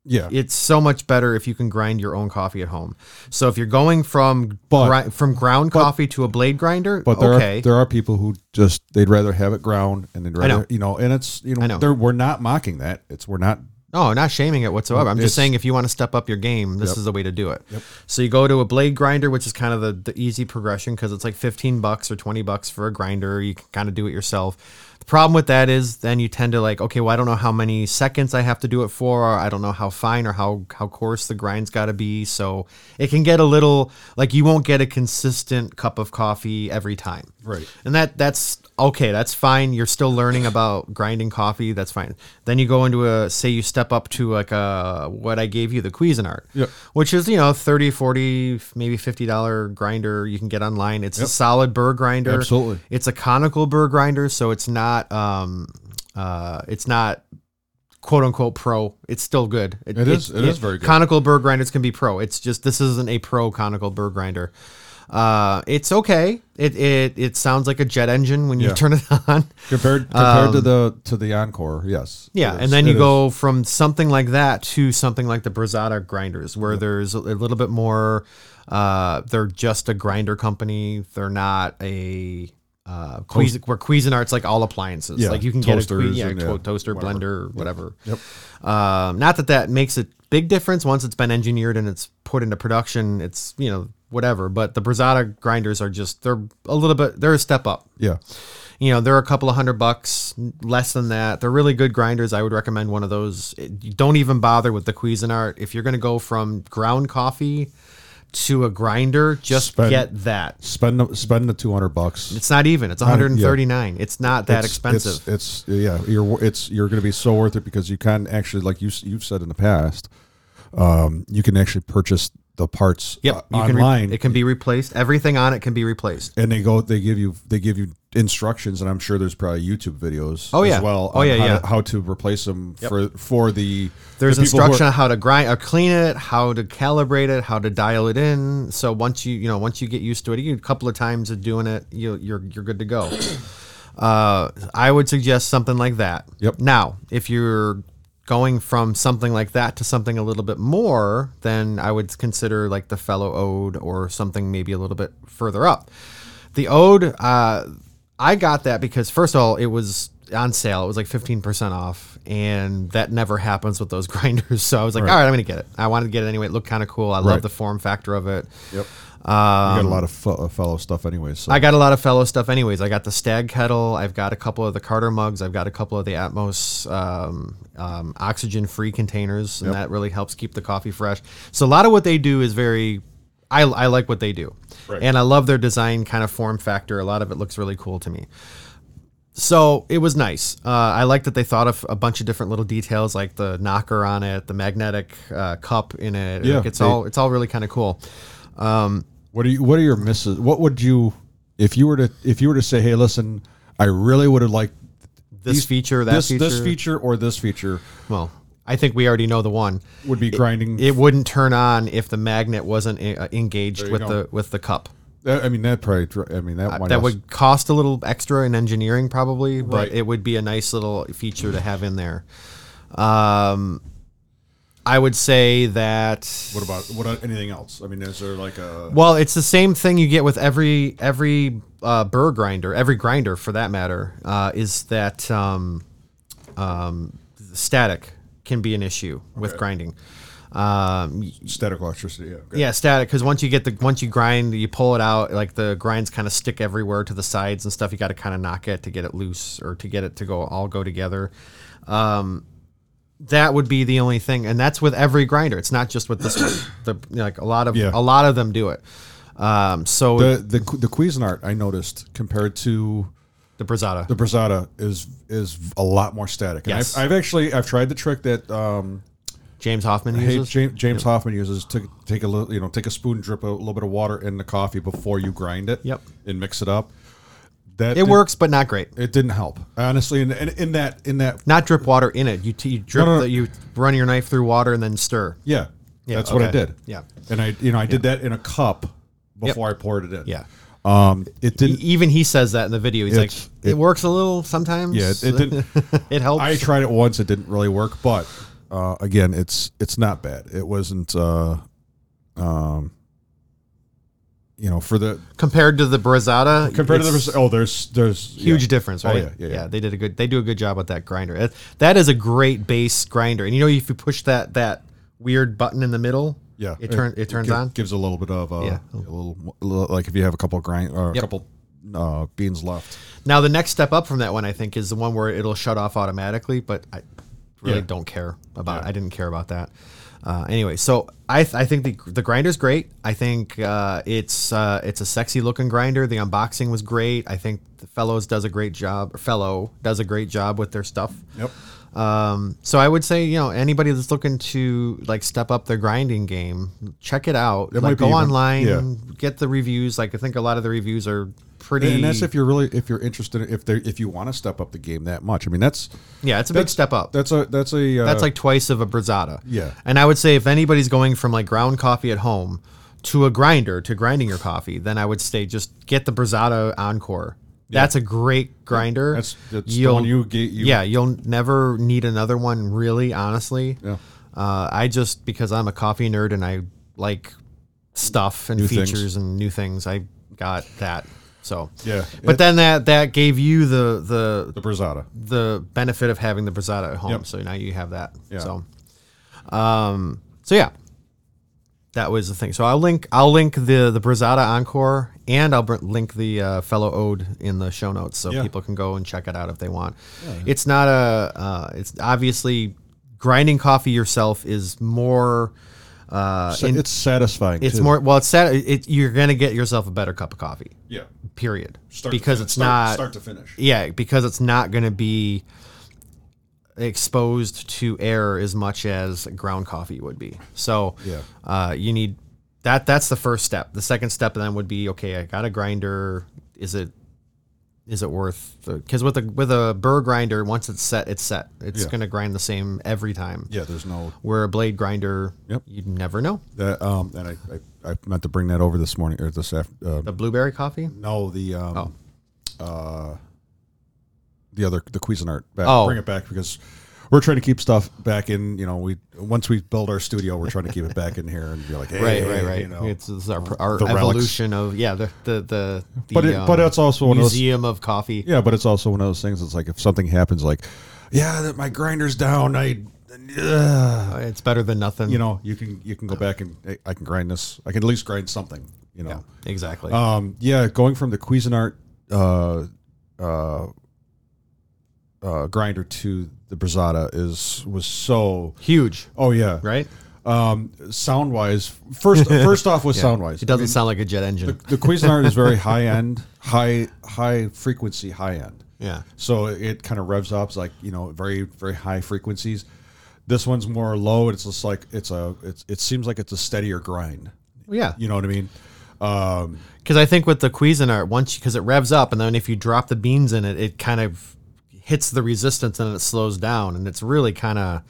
Speaker 2: yeah,
Speaker 1: It's so much better if you can grind your own coffee at home. So if you're going from
Speaker 2: But-
Speaker 1: gri- from ground coffee to a blade grinder,
Speaker 2: But there
Speaker 1: okay,
Speaker 2: are there are people who just they'd rather have it ground and they'd rather
Speaker 1: know.
Speaker 2: you know, and it's you know,
Speaker 1: I know.
Speaker 2: they're- we're not mocking that. It's we're not
Speaker 1: No, not shaming it whatsoever. I'm
Speaker 2: It's-
Speaker 1: just saying if you want to step up your game, this
Speaker 2: Yep.
Speaker 1: is the way to do it. So you go to a blade grinder, which is kind of the, the easy progression because it's like 15 bucks or 20 bucks for a grinder. You can kind of do it yourself. The problem with that is then you tend to like, okay, well, I don't know how many seconds I have to do it for. Or I don't know how fine or how, how coarse the grind's got to be. So it can get a little like you won't get a consistent cup of coffee every time
Speaker 2: Right.
Speaker 1: and that that's okay that's fine you're still learning about grinding coffee that's fine then you go into a say you step up to like a what i gave you the cuisinart
Speaker 2: Yep.
Speaker 1: which is you know 30 40 maybe 50 dollar grinder you can get online it's a solid burr grinder
Speaker 2: Absolutely.
Speaker 1: it's a conical burr grinder so it's not um uh it's not quote unquote pro it's still good
Speaker 2: It is- it is very good.
Speaker 1: conical burr grinders can be pro it's just this isn't a pro conical burr grinder Uh, it's okay. It it it sounds like a jet engine when you
Speaker 2: Yeah.
Speaker 1: turn it on.
Speaker 2: compared compared to the to the encore. Yes.
Speaker 1: Yeah,
Speaker 2: It is-
Speaker 1: and then you
Speaker 2: it is.
Speaker 1: go from something like that to something like the Brazada grinders, where there's a a little bit more. Uh, they're just a grinder company. They're not a uh, Cuisin, where Cuisinart's like all appliances.
Speaker 2: Yeah,
Speaker 1: like you can get a Cui-
Speaker 2: toasters
Speaker 1: yeah,
Speaker 2: and,
Speaker 1: to-
Speaker 2: yeah,
Speaker 1: toaster,
Speaker 2: whatever.
Speaker 1: blender, whatever.
Speaker 2: Yep.
Speaker 1: Um, not that that makes a big difference once it's been engineered and it's put into production. It's you know whatever. But the Brazada grinders are just they're a little bit they're a step up
Speaker 2: Yeah.
Speaker 1: you know they're a couple of hundred bucks n- less than that they're really good grinders i would recommend one of those It- you don't even bother with the cuisinart if you're going to go from ground coffee to a grinder just
Speaker 2: Spend-
Speaker 1: get that
Speaker 2: Spend the- spend the two hundred bucks.
Speaker 1: it's not even it's
Speaker 2: Hundred- yeah.
Speaker 1: 139 it's not that
Speaker 2: It's-
Speaker 1: expensive
Speaker 2: It's, it's yeah, you're wor- it's you're going to be so worth it because you can actually, like you s- you've said in the past, um, you can actually purchase the parts
Speaker 1: yep
Speaker 2: uh,
Speaker 1: you can re-
Speaker 2: online,
Speaker 1: it can be replaced everything on it can be replaced
Speaker 2: and they go they give you they give you instructions, and I'm sure there's probably YouTube videos.
Speaker 1: Oh, yeah.
Speaker 2: as well.
Speaker 1: Oh,
Speaker 2: on
Speaker 1: yeah,
Speaker 2: how,
Speaker 1: yeah.
Speaker 2: To, how to replace them for for the
Speaker 1: there's
Speaker 2: the people who are-
Speaker 1: instruction on how to grind or clean it how to calibrate it how to dial it in so once you you know once you get used to it you- a couple of times of doing it you, you're you're good to go uh, I would suggest something like that.
Speaker 2: Yep.
Speaker 1: Now, if you're going from something like that to something a little bit more, then I would consider like the fellow ode or something maybe a little bit further up. The ode, uh, I got that because first of all, it was on sale. It was like 15% off, and that never happens with those grinders. So I was like, all right, I'm gonna get it. I wanted to get it anyway. It looked kind of cool. I
Speaker 2: Right.
Speaker 1: love the form factor of it.
Speaker 2: Yep.
Speaker 1: Um,
Speaker 2: you got a lot of fe- fellow stuff anyway. So
Speaker 1: I got a lot of fellow stuff, anyways. I got the Stag kettle. I've got a couple of the Carter mugs. I've got a couple of the Atmos um, um, oxygen-free containers, and that really helps keep the coffee fresh. So a lot of what they do is very. I, I like what they do, and I love their design kind of form factor. A lot of it looks really cool to me. So it was nice. Uh, I like that they thought of a bunch of different little details, like the knocker on it, the magnetic uh, cup in it.
Speaker 2: Yeah,
Speaker 1: Like, it's
Speaker 2: they-
Speaker 1: all it's all really kind of cool.
Speaker 2: What are you? What are your misses? What would you, if you were to, if you were to say, hey, listen, I really would have liked
Speaker 1: This feature, that
Speaker 2: this, this
Speaker 1: feature.
Speaker 2: feature, or this feature
Speaker 1: Well, I think we already know the one.
Speaker 2: would be grinding.
Speaker 1: It wouldn't turn on if the magnet wasn't uh, engaged
Speaker 2: you
Speaker 1: with
Speaker 2: go.
Speaker 1: the with the cup.
Speaker 2: That- I mean, that probably. dr- I mean, that might
Speaker 1: Uh, that
Speaker 2: also-
Speaker 1: would cost a little extra in engineering, probably, but
Speaker 2: Right.
Speaker 1: it would be a nice little feature to have in there. Um, I would say that.
Speaker 2: What about what about anything else? I mean, is there like a
Speaker 1: Well, it's the same thing you get with every every uh, burr grinder, every grinder for that matter, uh, is that um, um, static can be an issue with grinding. Um,
Speaker 2: static electricity? Yeah. okay.
Speaker 1: Yeah, static. Because once you get the once you grind, you pull it out. Like the grinds kind of stick everywhere to the sides and stuff. You got to kind of knock it to get it loose or to get it to go all go together. Um, that would be the only thing, and that's with every grinder. It's not just with this one. The you know, like a lot of
Speaker 2: Yeah.
Speaker 1: a lot of them do it. Um, so the,
Speaker 2: The the Cu- the Cuisinart I noticed compared to
Speaker 1: Brazada,
Speaker 2: the Brazada is is a lot more static. And
Speaker 1: Yes.
Speaker 2: I've, I've actually I've tried the trick that um,
Speaker 1: James Hoffman
Speaker 2: hey,
Speaker 1: uses.
Speaker 2: James, James Hoffman uses to take a little you know take a spoon, drip a little bit of water in the coffee before you grind it.
Speaker 1: Yep.
Speaker 2: and mix it up. That
Speaker 1: it
Speaker 2: did-
Speaker 1: works, but not great.
Speaker 2: It didn't help honestly. In, in, in that in that
Speaker 1: Not drip water in it. You, t- you drip
Speaker 2: No, no, no.
Speaker 1: the, you run your knife through water and then stir.
Speaker 2: Yeah.
Speaker 1: Yeah,
Speaker 2: That's what I
Speaker 1: okay.
Speaker 2: did.
Speaker 1: Yeah.
Speaker 2: And I you know, I did that in a cup before I poured it in.
Speaker 1: Yeah.
Speaker 2: Um it
Speaker 1: E-
Speaker 2: didn't
Speaker 1: Even he says that in the video. He's like,
Speaker 2: It's-
Speaker 1: it,
Speaker 2: it-
Speaker 1: works a little sometimes.
Speaker 2: Yeah, it- it didn't-
Speaker 1: it helps.
Speaker 2: I tried it once, it didn't really work, but uh again, it's it's not bad. It wasn't uh um you know, for the
Speaker 1: compared to the Brazada.
Speaker 2: compared to
Speaker 1: it's
Speaker 2: the oh, there's there's
Speaker 1: huge
Speaker 2: yeah.
Speaker 1: difference,
Speaker 2: Oh,
Speaker 1: right?
Speaker 2: yeah, yeah, yeah.
Speaker 1: They did a good. They do a good job with that grinder. That- that is a great base grinder. And you know, if you push that that weird button in the middle,
Speaker 2: Yeah,
Speaker 1: it turn it turns
Speaker 2: gi-
Speaker 1: on.
Speaker 2: Gives a little bit of uh,
Speaker 1: Yeah.
Speaker 2: a little, a little- like if you have a couple grind or a
Speaker 1: Yep.
Speaker 2: couple uh, beans left.
Speaker 1: Now the next step up from that one, I think, is the one where it'll shut off automatically. But I really
Speaker 2: Yeah.
Speaker 1: don't care about.
Speaker 2: Yeah.
Speaker 1: I didn't care about that. Uh, anyway, so I th- I think the the grinder's great. I think uh, it's uh, it's a sexy looking grinder. The unboxing was great. I think the fellows does a great job. Or fellow does a great job with their stuff.
Speaker 2: Yep.
Speaker 1: Um, so I would say you know anybody that's looking to like step up their grinding game, check it out.
Speaker 2: It
Speaker 1: like
Speaker 2: might be
Speaker 1: go
Speaker 2: even-
Speaker 1: online,
Speaker 2: yeah.
Speaker 1: get the reviews. Like I think a lot of the reviews are pretty.
Speaker 2: and that's if you're really if you're interested if they if you want to step up the game that much. I mean, that's
Speaker 1: yeah, it's a big
Speaker 2: that's-
Speaker 1: step up.
Speaker 2: That's a that's a uh,
Speaker 1: That's like twice of a brisada.
Speaker 2: Yeah.
Speaker 1: And I would say if anybody's going from like ground coffee at home to a grinder to grinding your coffee, then I would say just get the Brazada Encore. That's a great grinder.
Speaker 2: That's- that's the
Speaker 1: You'll-
Speaker 2: one you get- you-
Speaker 1: yeah, you'll never need another one, really, honestly.
Speaker 2: Yeah.
Speaker 1: Uh, I just because I'm a coffee nerd and I like stuff and
Speaker 2: New things.
Speaker 1: features and new things, I got that. So
Speaker 2: Yeah.
Speaker 1: but
Speaker 2: It-
Speaker 1: then that that gave you the
Speaker 2: The
Speaker 1: the
Speaker 2: Brazada.
Speaker 1: the benefit of having the Brazada at home.
Speaker 2: Yep.
Speaker 1: So now you have that.
Speaker 2: Yeah.
Speaker 1: So, um, so yeah, that was the thing. So I'll link I'll link the the Brazada Encore and I'll br- link the uh, fellow ode in the show notes so
Speaker 2: Yeah.
Speaker 1: people can go and check it out if they want. It's not a uh, it's obviously grinding coffee yourself is more. Uh,
Speaker 2: So
Speaker 1: in-
Speaker 2: it's satisfying.
Speaker 1: it's
Speaker 2: too.
Speaker 1: more well. It's sad. It, you're gonna get yourself a better cup of coffee.
Speaker 2: Yeah.
Speaker 1: Period.
Speaker 2: Start to
Speaker 1: because
Speaker 2: fin-
Speaker 1: it's
Speaker 2: start-
Speaker 1: not
Speaker 2: start to finish.
Speaker 1: yeah, because it's not going to be exposed to air as much as ground coffee would be. So
Speaker 2: Yeah.
Speaker 1: uh, you need that. That's the first step. The second step then would be okay. I got a grinder. Is it is it worth? Because with a with a burr grinder, once it's set, it's set. It's
Speaker 2: Yeah.
Speaker 1: going to grind the same every time.
Speaker 2: Yeah. There's no
Speaker 1: Where a blade grinder,
Speaker 2: Yep.
Speaker 1: you never know.
Speaker 2: that. Um. And I, I, I meant to bring that over this morning or this after. Uh,
Speaker 1: The blueberry coffee.
Speaker 2: no. The um. Uh.
Speaker 1: Oh.
Speaker 2: The other the Cuisinart. Back.
Speaker 1: Oh.
Speaker 2: Bring it back because. We're trying to keep stuff back in, you know. We once we build our studio, we're trying to keep it back in here, and be like, hey,
Speaker 1: Right, right, right.
Speaker 2: You know,
Speaker 1: it's, it's our, our
Speaker 2: the relics.
Speaker 1: evolution of yeah, the the the, the um,
Speaker 2: But it- but that's also one of those-
Speaker 1: museum of coffee.
Speaker 2: Yeah, but it's also one of those things. It's like if something happens, like, yeah, that my grinder's down. I, uh,
Speaker 1: It's better than nothing.
Speaker 2: you know, you can you can go back and hey, I can grind this. I can at least grind something. You know,
Speaker 1: exactly.
Speaker 2: yeah. um, yeah, going from the Cuisinart uh, uh, uh, grinder to the Brazada is was so.
Speaker 1: Huge,
Speaker 2: Oh yeah,
Speaker 1: right?
Speaker 2: Um, sound wise, first first off was sound wise.
Speaker 1: It doesn't sound like a jet engine.
Speaker 2: the Cuisinart is very high end, high high frequency, high end.
Speaker 1: yeah,
Speaker 2: So it kind of revs up, it's like you know, very very high frequencies. This one's more low. It's just like it's a it's, it seems like it's a steadier grind.
Speaker 1: Well, yeah.
Speaker 2: You know what I mean? Um,
Speaker 1: Because I think with the Cuisinart, once because it revs up, and then if you drop the beans in it, it kind of hits the resistance and it slows down, and it's really kind of.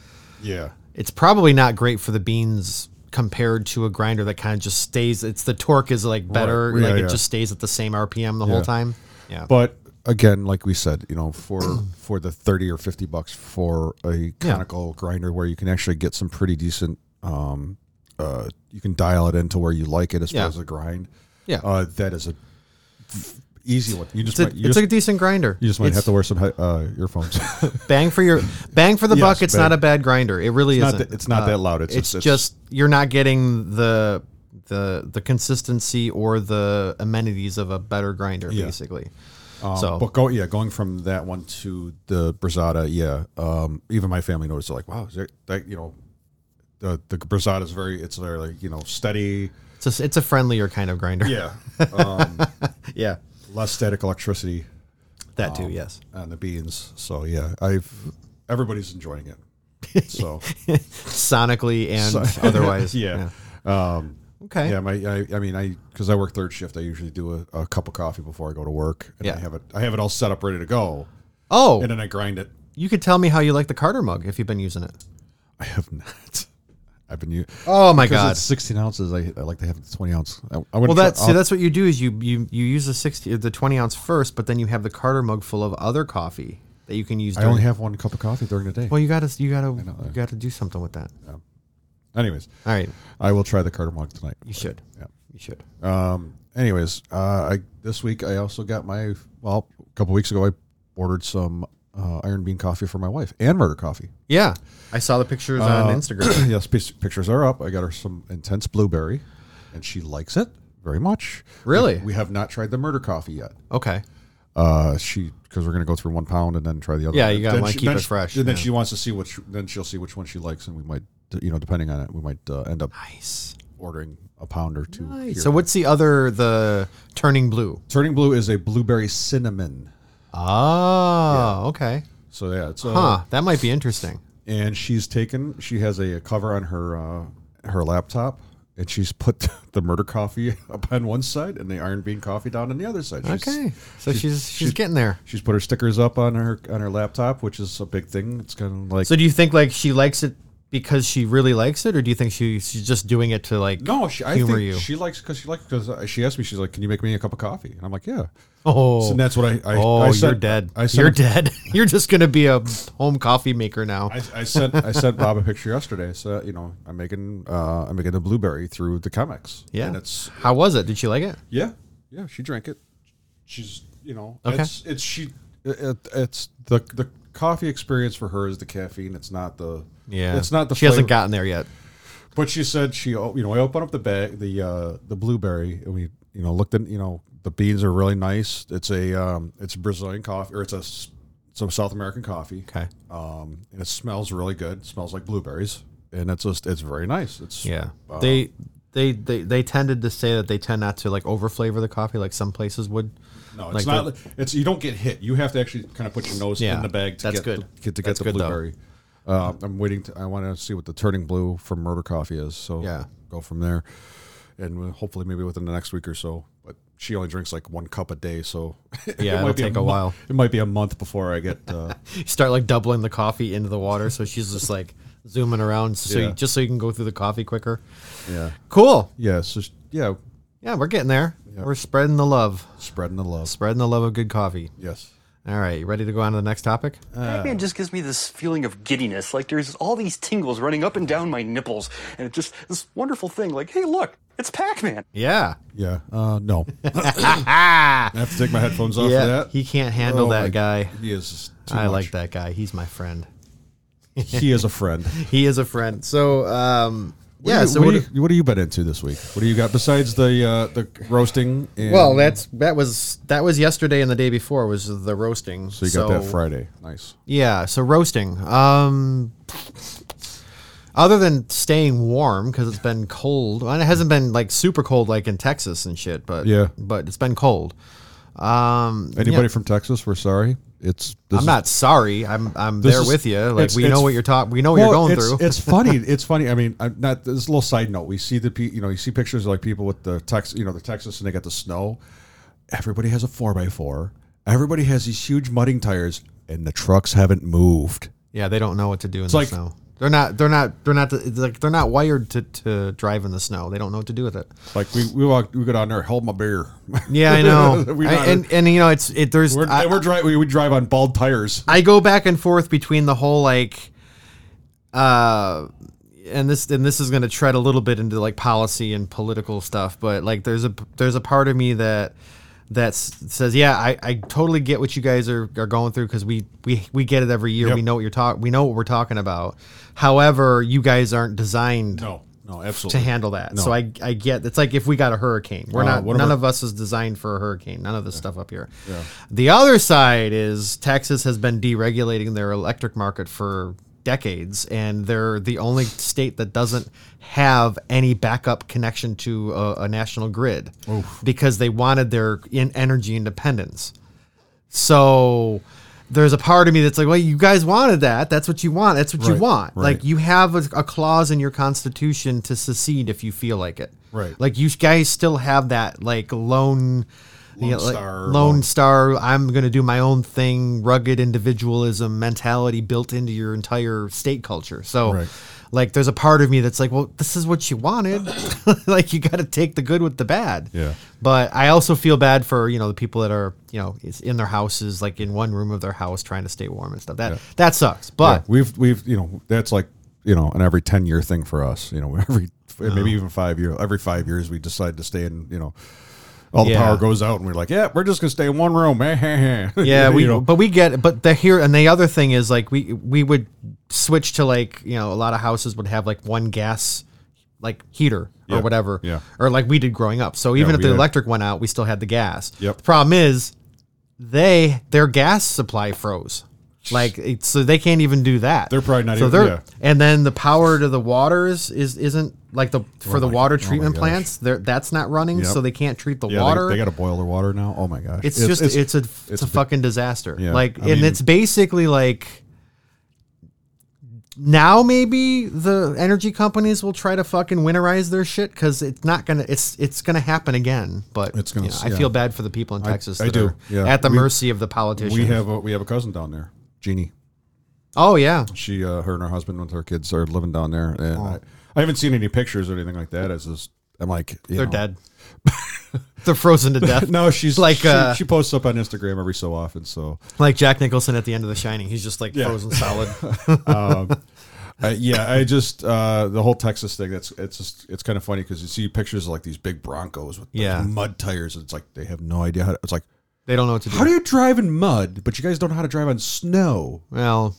Speaker 2: yeah,
Speaker 1: It's probably not great for the beans compared to a grinder that kind of just stays. It's the torque is like better,
Speaker 2: Right. Yeah,
Speaker 1: like
Speaker 2: yeah.
Speaker 1: it just stays at the same RPM the
Speaker 2: Yeah.
Speaker 1: whole time. Yeah,
Speaker 2: but again, like we said, you know, for for the thirty or fifty bucks for a conical grinder where you can actually get some pretty decent. Um, uh, you can dial it into where you like it as
Speaker 1: Yeah.
Speaker 2: far as a grind.
Speaker 1: Yeah.
Speaker 2: uh, that is a f- easy one. You just
Speaker 1: it's, a,
Speaker 2: might, you
Speaker 1: it's
Speaker 2: just,
Speaker 1: a decent grinder.
Speaker 2: you just might
Speaker 1: It's-
Speaker 2: have to wear some he- uh, earphones.
Speaker 1: bang for your bang for the
Speaker 2: Yes,
Speaker 1: buck. It's
Speaker 2: bang.
Speaker 1: not a bad grinder. It really
Speaker 2: not
Speaker 1: isn't.
Speaker 2: that- it's not that loud. It's just-
Speaker 1: just,
Speaker 2: it's-
Speaker 1: you're not getting the the the consistency or the amenities of a better grinder,
Speaker 2: Yeah.
Speaker 1: basically.
Speaker 2: Um,
Speaker 1: so
Speaker 2: but go, yeah, going from that one to the Brazada, yeah. Um, even my family noticed, they're like, wow, is there, that you know, the the Brazada is very, it's very like you know, steady.
Speaker 1: it's a, it's a friendlier kind of grinder.
Speaker 2: Yeah, um,
Speaker 1: yeah,
Speaker 2: less static electricity
Speaker 1: that
Speaker 2: Um,
Speaker 1: too. Yes,
Speaker 2: on the beans. So yeah, I've everybody's enjoying it. So
Speaker 1: sonically and otherwise.
Speaker 2: yeah. Um,
Speaker 1: Okay.
Speaker 2: Yeah, my I, I mean I because I work third shift, I usually do a, a cup of coffee before I go to work, and I
Speaker 1: Yeah.
Speaker 2: have it I have it all set up ready to go,
Speaker 1: Oh,
Speaker 2: and uh, then I grind it.
Speaker 1: you could tell me how you like the Carter mug if you've been using it.
Speaker 2: I have not. I've been using.
Speaker 1: Oh my God.
Speaker 2: It's 16 ounces. I, I like to have the 20 ounce. I, I
Speaker 1: Well, that's see, that's what you do is you you you use the sixty the twenty ounce first, but then you have the Carter mug full of other coffee that you can use.
Speaker 2: I
Speaker 1: during-
Speaker 2: only have one cup of coffee during the day.
Speaker 1: Well, you gotta you gotta
Speaker 2: know.
Speaker 1: you gotta do something with that.
Speaker 2: Anyways,
Speaker 1: All right,
Speaker 2: I will try the Carter mug tonight.
Speaker 1: you should.
Speaker 2: Yeah.
Speaker 1: You should.
Speaker 2: Um. Anyways, uh, I this week I also got my well a couple weeks ago I ordered some uh, Iron Bean coffee for my wife and Murder Coffee.
Speaker 1: Yeah, I saw the pictures
Speaker 2: Uh,
Speaker 1: on Instagram.
Speaker 2: yes, pic- pictures are up. I got her some intense blueberry, and she likes it very much. We-
Speaker 1: Really?
Speaker 2: we have not tried the Murder Coffee yet.
Speaker 1: Okay,
Speaker 2: uh she because we're gonna go through one pound and then try the other
Speaker 1: Yeah,
Speaker 2: one.
Speaker 1: you gotta
Speaker 2: Then
Speaker 1: wanna
Speaker 2: she-
Speaker 1: keep
Speaker 2: then
Speaker 1: it
Speaker 2: she-
Speaker 1: fresh,
Speaker 2: and then
Speaker 1: yeah.
Speaker 2: she wants to see which then she'll see which one she likes and we might you know depending on it we might uh, end up
Speaker 1: nice.
Speaker 2: ordering a pound or two here.
Speaker 1: So what's the other the turning blue?
Speaker 2: turning blue is a blueberry cinnamon
Speaker 1: Oh, okay.
Speaker 2: so yeah it's uh,
Speaker 1: Huh, that might be interesting.
Speaker 2: and she's taken she has a, cover on her uh her laptop and she's put the murder coffee up on one side and the iron bean coffee down on the other side She's-
Speaker 1: Okay, so she's she's,
Speaker 2: she's-
Speaker 1: getting there.
Speaker 2: she's put her stickers up on her on her laptop which is a big thing it's kind of like
Speaker 1: So do you think like she likes it because she really likes it, or do you think she, she's just doing it to like
Speaker 2: No, she, I
Speaker 1: humor
Speaker 2: think
Speaker 1: you?
Speaker 2: she likes because she likes because she asked me. She's like, "Can you make me a cup of coffee?" And I'm like, "Yeah."
Speaker 1: oh,
Speaker 2: So that's what I. I
Speaker 1: oh,
Speaker 2: I sent-
Speaker 1: you're dead.
Speaker 2: I sent
Speaker 1: you're
Speaker 2: a-
Speaker 1: dead. you're just gonna be a home coffee maker now.
Speaker 2: I, I sent I sent Bob a picture yesterday. So you know, I'm making uh, I'm making the blueberry through the Chemex.
Speaker 1: yeah.
Speaker 2: and it's
Speaker 1: How was it? Did she like it?
Speaker 2: yeah, yeah. She drank it. She's you know,
Speaker 1: Okay.
Speaker 2: it's it's she it, it- it's the the coffee experience for her is the caffeine. It's not the
Speaker 1: Yeah.
Speaker 2: It's not the
Speaker 1: She hasn't
Speaker 2: flavor.
Speaker 1: gotten there yet.
Speaker 2: But she said she, o- you know, I opened up the bag, the uh, the blueberry, and we, you know, looked at, you know, the beans are really nice. It's a, um, it's Brazilian coffee, or it's a, s- it's a South American coffee.
Speaker 1: Okay.
Speaker 2: Um, and it smells really good. It smells like blueberries, and it's just, it's very nice. It's
Speaker 1: Yeah.
Speaker 2: uh,
Speaker 1: they, they they they tended to say that they tend not to like overflavor the coffee like some places would.
Speaker 2: no,
Speaker 1: like
Speaker 2: it's not. it's you don't get hit. You have to actually kind of put your nose
Speaker 1: Yeah,
Speaker 2: in the bag to
Speaker 1: that's
Speaker 2: get the-
Speaker 1: good.
Speaker 2: get to get
Speaker 1: That's
Speaker 2: the
Speaker 1: good, though.
Speaker 2: blueberry. Uh, I'm waiting. To, I want to see what the turning blue from Murder Coffee is. So
Speaker 1: Yeah.
Speaker 2: go from there, and we'll- hopefully maybe within the next week or so. But she only drinks like one cup a day, so
Speaker 1: Yeah, it'll
Speaker 2: be
Speaker 1: take a
Speaker 2: mo-
Speaker 1: while.
Speaker 2: It might be a month before I get. Uh,
Speaker 1: You start like doubling the coffee into the water, so she's just like zooming around, so
Speaker 2: Yeah.
Speaker 1: you, just so you can go through the coffee quicker.
Speaker 2: yeah,
Speaker 1: Cool.
Speaker 2: yeah. So sh- yeah,
Speaker 1: Yeah, we're getting there. We're spreading the love,
Speaker 2: spreading the love.
Speaker 1: spreading the love of good coffee.
Speaker 2: Yes.
Speaker 1: All right, you ready to go on to the next topic?
Speaker 2: Uh,
Speaker 5: Pac-Man just gives me this feeling of giddiness, like there's all these tingles running up and down my nipples, and it's just this wonderful thing. Like, hey, look, it's Pac-Man.
Speaker 1: yeah.
Speaker 2: Yeah. Uh, no. I have to take my headphones off
Speaker 1: Yeah,
Speaker 2: for that. Oh
Speaker 1: he can't handle that
Speaker 2: my-
Speaker 1: guy.
Speaker 2: He is. just Too
Speaker 1: I like
Speaker 2: much.
Speaker 1: that guy. He's my friend.
Speaker 2: he is a friend.
Speaker 1: He is a friend. So, um,
Speaker 2: What
Speaker 1: yeah.
Speaker 2: do you-
Speaker 1: so
Speaker 2: what,
Speaker 1: what
Speaker 2: do you, what have you been into this week? What do you got besides the uh, the roasting? And,
Speaker 1: Well, that's that was that was yesterday and the day before was the roasting.
Speaker 2: so you got that Friday. Nice.
Speaker 1: Yeah, so roasting. Um other than staying warm cuz it's been cold. And it hasn't been like super cold like in Texas and shit, but
Speaker 2: Yeah.
Speaker 1: but it's been cold. Um
Speaker 2: Anybody
Speaker 1: yeah,
Speaker 2: from Texas? We're sorry. It's this
Speaker 1: I'm
Speaker 2: is-
Speaker 1: not sorry. I'm I'm
Speaker 2: this
Speaker 1: there
Speaker 2: is-
Speaker 1: with you. Like
Speaker 2: it's-
Speaker 1: we
Speaker 2: it's-
Speaker 1: know what you're talking. We know what
Speaker 2: Well,
Speaker 1: you're going
Speaker 2: it's,
Speaker 1: through.
Speaker 2: it's funny. It's funny. I mean, I'm not. This is a little side note. We see the pe- you know you see pictures of like people with the Tex you know the Texas and they got the snow. Everybody has a four by four. Everybody has these huge mudding tires, and the trucks haven't moved.
Speaker 1: yeah, they don't know what to do in the
Speaker 2: like-
Speaker 1: snow. They're not. They're not. They're not. it's Like they're not wired to, to drive in the snow. They don't know what to do with it.
Speaker 2: Like we we walked we go down there, held my beer.
Speaker 1: Yeah, I know.
Speaker 2: we
Speaker 1: I- and and you know, it's it. There's
Speaker 2: we're,
Speaker 1: I-
Speaker 2: we're dri- we, we drive on bald tires.
Speaker 1: I go back and forth between the whole like uh and this and this is going to tread a little bit into like policy and political stuff but like there's a there's a part of me that that s- says yeah I, I totally get what you guys are, are going through because we, we we get it every year
Speaker 2: Yep.
Speaker 1: we know what you're talking we know what we're talking about however you guys aren't designed
Speaker 2: No, no,
Speaker 1: to
Speaker 2: absolutely.
Speaker 1: handle that so I, I get it's like if we got a hurricane we're
Speaker 2: Uh,
Speaker 1: not
Speaker 2: what am
Speaker 1: none
Speaker 2: I-
Speaker 1: of us is designed for a hurricane none of this stuff up here the other side is texas has been deregulating their electric market for decades and they're the only state that doesn't have any backup connection to a, a national grid because they wanted their in energy independence so there's a part of me that's like, well, you guys wanted that. That's what you want. That's what you
Speaker 2: Right,
Speaker 1: want.
Speaker 2: right.
Speaker 1: Like you have a, a clause in your constitution to secede if you feel like it.
Speaker 2: Right.
Speaker 1: Like you guys still have that like lone, you know,
Speaker 2: Lone
Speaker 1: like,
Speaker 2: star,
Speaker 1: lone
Speaker 2: lone-
Speaker 1: star. I'm gonna do my own thing. Rugged individualism mentality built into your entire state culture. So.
Speaker 2: Right.
Speaker 1: Like there's a part of me that's like, well, this is what you wanted. like you got to take the good with the bad.
Speaker 2: Yeah.
Speaker 1: But I also feel bad for you know the people that are you know is in their houses, like in one room of their house, trying to stay warm and stuff. That that sucks.
Speaker 2: Yeah,
Speaker 1: But
Speaker 2: we've we've you know that's like you know an every ten year thing for us. You know every maybe
Speaker 1: Oh.
Speaker 2: even five year every five years we decide to stay in. You know all the
Speaker 1: Yeah.
Speaker 2: power goes out and we're like yeah we're just gonna stay in one room. yeah,
Speaker 1: yeah, we
Speaker 2: you know,
Speaker 1: but we get but the here and the other thing is like we we would switch to like you know a lot of houses would have like one gas like heater or
Speaker 2: Yeah,
Speaker 1: whatever
Speaker 2: yeah.
Speaker 1: or like we did growing up. So even if
Speaker 2: we
Speaker 1: the
Speaker 2: had-
Speaker 1: electric went out, we still had the gas.
Speaker 2: Yep.
Speaker 1: The problem is they their gas supply froze. Like it- so they can't even do that.
Speaker 2: They're probably not
Speaker 1: so
Speaker 2: even-
Speaker 1: they're-
Speaker 2: yeah.
Speaker 1: And then the power to the waters is isn't like the for the water treatment
Speaker 2: Oh gosh.
Speaker 1: plants, they're that's not running,
Speaker 2: Yep.
Speaker 1: so they can't treat the
Speaker 2: yeah, they-
Speaker 1: water.
Speaker 2: They, got to boil their water now. Oh my gosh,
Speaker 1: It's, just it's, a it's,
Speaker 2: it's
Speaker 1: a,
Speaker 2: a big-
Speaker 1: fucking disaster.
Speaker 2: Yeah,
Speaker 1: like,
Speaker 2: I
Speaker 1: and
Speaker 2: mean-
Speaker 1: it's basically like now maybe the energy companies will try to fucking winterize their shit because it's not gonna it's it's gonna happen again. But
Speaker 2: It's gonna
Speaker 1: you know,
Speaker 2: s-
Speaker 1: I
Speaker 2: yeah.
Speaker 1: feel bad for the people in Texas.
Speaker 2: I
Speaker 1: that
Speaker 2: do,
Speaker 1: Are
Speaker 2: yeah.
Speaker 1: At the
Speaker 2: We-
Speaker 1: mercy of the politicians.
Speaker 2: we have a, we have a cousin down there, Jeannie.
Speaker 1: Oh yeah.
Speaker 2: She, uh, her, and her husband with her kids are living down there, and
Speaker 1: Oh.
Speaker 2: I, I haven't seen any pictures or anything like that. As this, I'm like, you
Speaker 1: They're
Speaker 2: know.
Speaker 1: dead. They're frozen to death.
Speaker 2: No, she's
Speaker 1: Like,
Speaker 2: like she,
Speaker 1: uh,
Speaker 2: she posts up on Instagram every so often. So
Speaker 1: Like Jack Nicholson at the end of The Shining. He's just like
Speaker 2: Yeah.
Speaker 1: frozen solid.
Speaker 2: I, yeah, I just uh, the whole Texas thing. That's it's just it's kind of funny because you see pictures of like these big Broncos with like,
Speaker 1: Yeah.
Speaker 2: mud tires, and it's like they have no idea how. To, it's like
Speaker 1: they don't know what to do.
Speaker 2: how do you drive in mud, but you guys don't know how to drive on snow?
Speaker 1: well,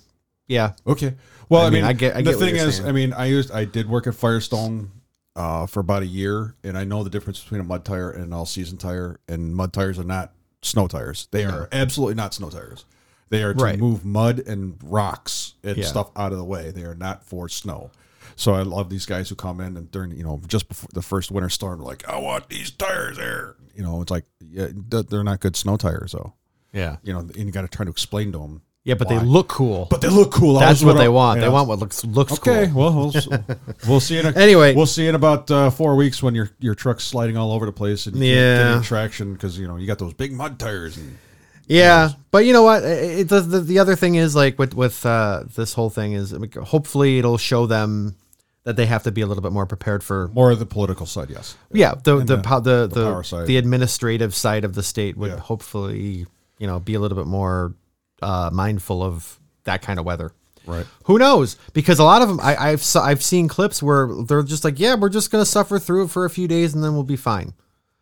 Speaker 1: yeah.
Speaker 2: Okay. Well, I,
Speaker 1: I
Speaker 2: mean,
Speaker 1: mean, I get- I
Speaker 2: the
Speaker 1: get what
Speaker 2: thing
Speaker 1: you're
Speaker 2: is,
Speaker 1: saying.
Speaker 2: I mean, I used I did work at Firestone uh, for about a year, and I know the difference between a mud tire and an all season tire. And mud tires are not snow tires; they are absolutely not snow tires. They are to
Speaker 1: Right.
Speaker 2: move mud and rocks and
Speaker 1: Yeah.
Speaker 2: stuff out of the way. They are not for snow. So I love these guys who come in and during you know just before the first winter storm, like I want these tires there. You know, it's like yeah, th- they're not good snow tires though.
Speaker 1: Yeah.
Speaker 2: You know, and you got to try to explain to them.
Speaker 1: Yeah, but
Speaker 2: why.
Speaker 1: they look cool.
Speaker 2: But they look cool. That
Speaker 1: That's
Speaker 2: was
Speaker 1: what
Speaker 2: I-
Speaker 1: they want. They
Speaker 2: yeah.
Speaker 1: want what looks looks
Speaker 2: Okay,
Speaker 1: cool.
Speaker 2: well, we'll, s- we'll see in a,
Speaker 1: Anyway.
Speaker 2: We'll see in about uh, four weeks when your your truck's sliding all over the place and you can't get
Speaker 1: Yeah.
Speaker 2: any traction because you know you got those big mud tires. And,
Speaker 1: Yeah, but you know what? It, it, the, the the other thing is like with with uh, this whole thing is I mean, hopefully it'll show them that they have to be a little bit more prepared for.
Speaker 2: more of the political side, yes.
Speaker 1: Yeah, the the
Speaker 2: the-
Speaker 1: po- the the
Speaker 2: power
Speaker 1: the,
Speaker 2: side.
Speaker 1: administrative side of the state would
Speaker 2: Yeah.
Speaker 1: hopefully you know be a little bit more uh, mindful of that kind of weather.
Speaker 2: Right.
Speaker 1: Who knows? Because a lot of them, I, I've s- I've seen clips where they're just like, yeah, we're just gonna suffer through it for a few days and then we'll be fine.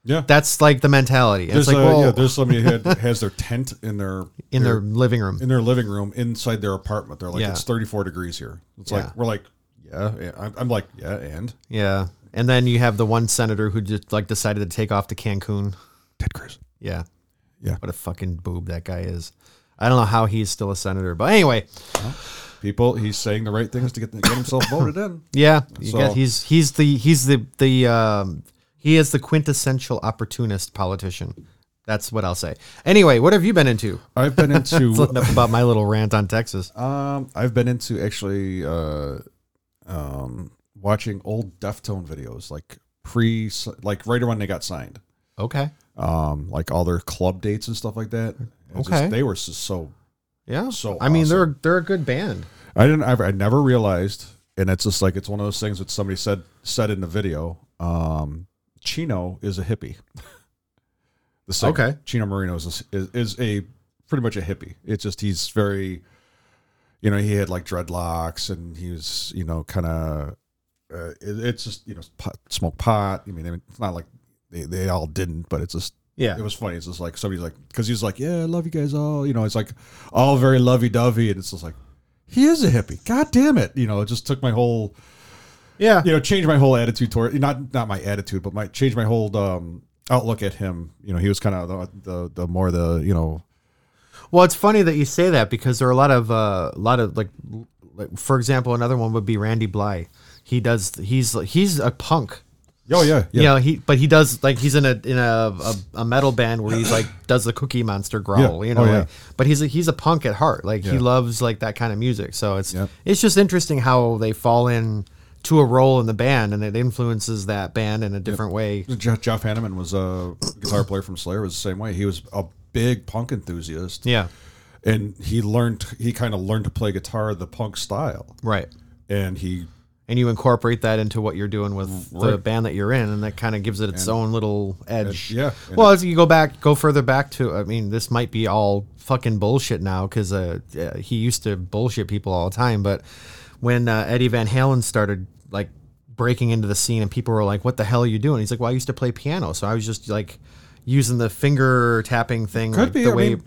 Speaker 2: Yeah.
Speaker 1: That's like the mentality. And
Speaker 2: there's
Speaker 1: It's like,
Speaker 2: a-
Speaker 1: well,
Speaker 2: yeah, there's somebody who had, has their tent in their
Speaker 1: in their living room.
Speaker 2: in their living room inside their apartment. They're like,
Speaker 1: Yeah.
Speaker 2: it's 34 degrees here. It's
Speaker 1: Yeah.
Speaker 2: like we're like, yeah. yeah. I'm, I'm like, yeah, and
Speaker 1: Yeah. And then you have the one senator who just like decided to take off to Cancun.
Speaker 2: Ted Cruz.
Speaker 1: Yeah.
Speaker 2: Yeah.
Speaker 1: What a fucking boob that guy is. I don't know how he's still a senator, but anyway,
Speaker 2: People, he's saying the right things to get, get himself voted in.
Speaker 1: yeah, you
Speaker 2: So-
Speaker 1: got- he's he's the he's the the um, he is the quintessential opportunist politician. That's what I'll say. Anyway, what have you been into?
Speaker 2: I've been into
Speaker 1: Enough about my little rant on Texas.
Speaker 2: Um, I've been into actually uh, um, watching old Deftone videos, like pre, like right around they got signed,
Speaker 1: Okay.
Speaker 2: um, like all their club dates and stuff like that. It's
Speaker 1: Okay.
Speaker 2: they were just so.
Speaker 1: Yeah.
Speaker 2: So
Speaker 1: I mean,
Speaker 2: awesome.
Speaker 1: they're they're a good band.
Speaker 2: I didn't. I, I never realized, and it's just like it's one of those things that somebody said said in the video. Um, Chino is a hippie. the singer,
Speaker 1: Okay.
Speaker 2: Chino Marino is a, is, is a pretty much a hippie. It's just he's very, you know, he had like dreadlocks and he was, you know, kind of. Uh, it, it's just you know pot, smoke pot. I mean, it's not like they, they all didn't, but it's just
Speaker 1: Yeah.
Speaker 2: it was funny. It's just like somebody's like because he's like yeah, I love you guys all. You know, it's like all very lovey dovey, and it's just like he is a hippie. God damn it! You know, it just took my whole
Speaker 1: Yeah.
Speaker 2: you know change my whole attitude toward not not my attitude but my change my whole um outlook at him you know he was kind of the, the the more the you know
Speaker 1: Well, it's funny that you say that because there are a lot of uh, a lot of like, like, for example, another one would be Randy Bly. He does. He's he's a punk.
Speaker 2: oh yeah yeah
Speaker 1: You know, he but he does like he's in a in a, a, a metal band where he's like does the Cookie Monster growl,
Speaker 2: Yeah.
Speaker 1: you know.
Speaker 2: Oh, yeah.
Speaker 1: like- but he's a, he's a punk at heart. Like
Speaker 2: Yeah.
Speaker 1: he loves like that kind of music. So it's
Speaker 2: Yep.
Speaker 1: it's just interesting how they fall in to a role in the band and it influences that band in a different way.
Speaker 2: Jeff, Jeff Hanneman was a guitar player from Slayer was the same way he was a big punk enthusiast
Speaker 1: Yeah.
Speaker 2: and he learned he kind of learned to play guitar the punk style
Speaker 1: Right.
Speaker 2: and he
Speaker 1: and you incorporate that into what you're doing with the
Speaker 2: Right.
Speaker 1: band that you're in, and that kind of gives it its own little edge.
Speaker 2: yeah, and
Speaker 1: Well, as you go back, go further back to, I mean, this might be all fucking bullshit now because uh, uh, he used to bullshit people all the time, but when uh, Eddie Van Halen started like breaking into the scene, and people were like, "What the hell are you doing?" He's like, "Well, I used to play piano, so I was just like." Using the finger tapping thing, like,
Speaker 2: Could be,
Speaker 1: the
Speaker 2: I
Speaker 1: way
Speaker 2: mean-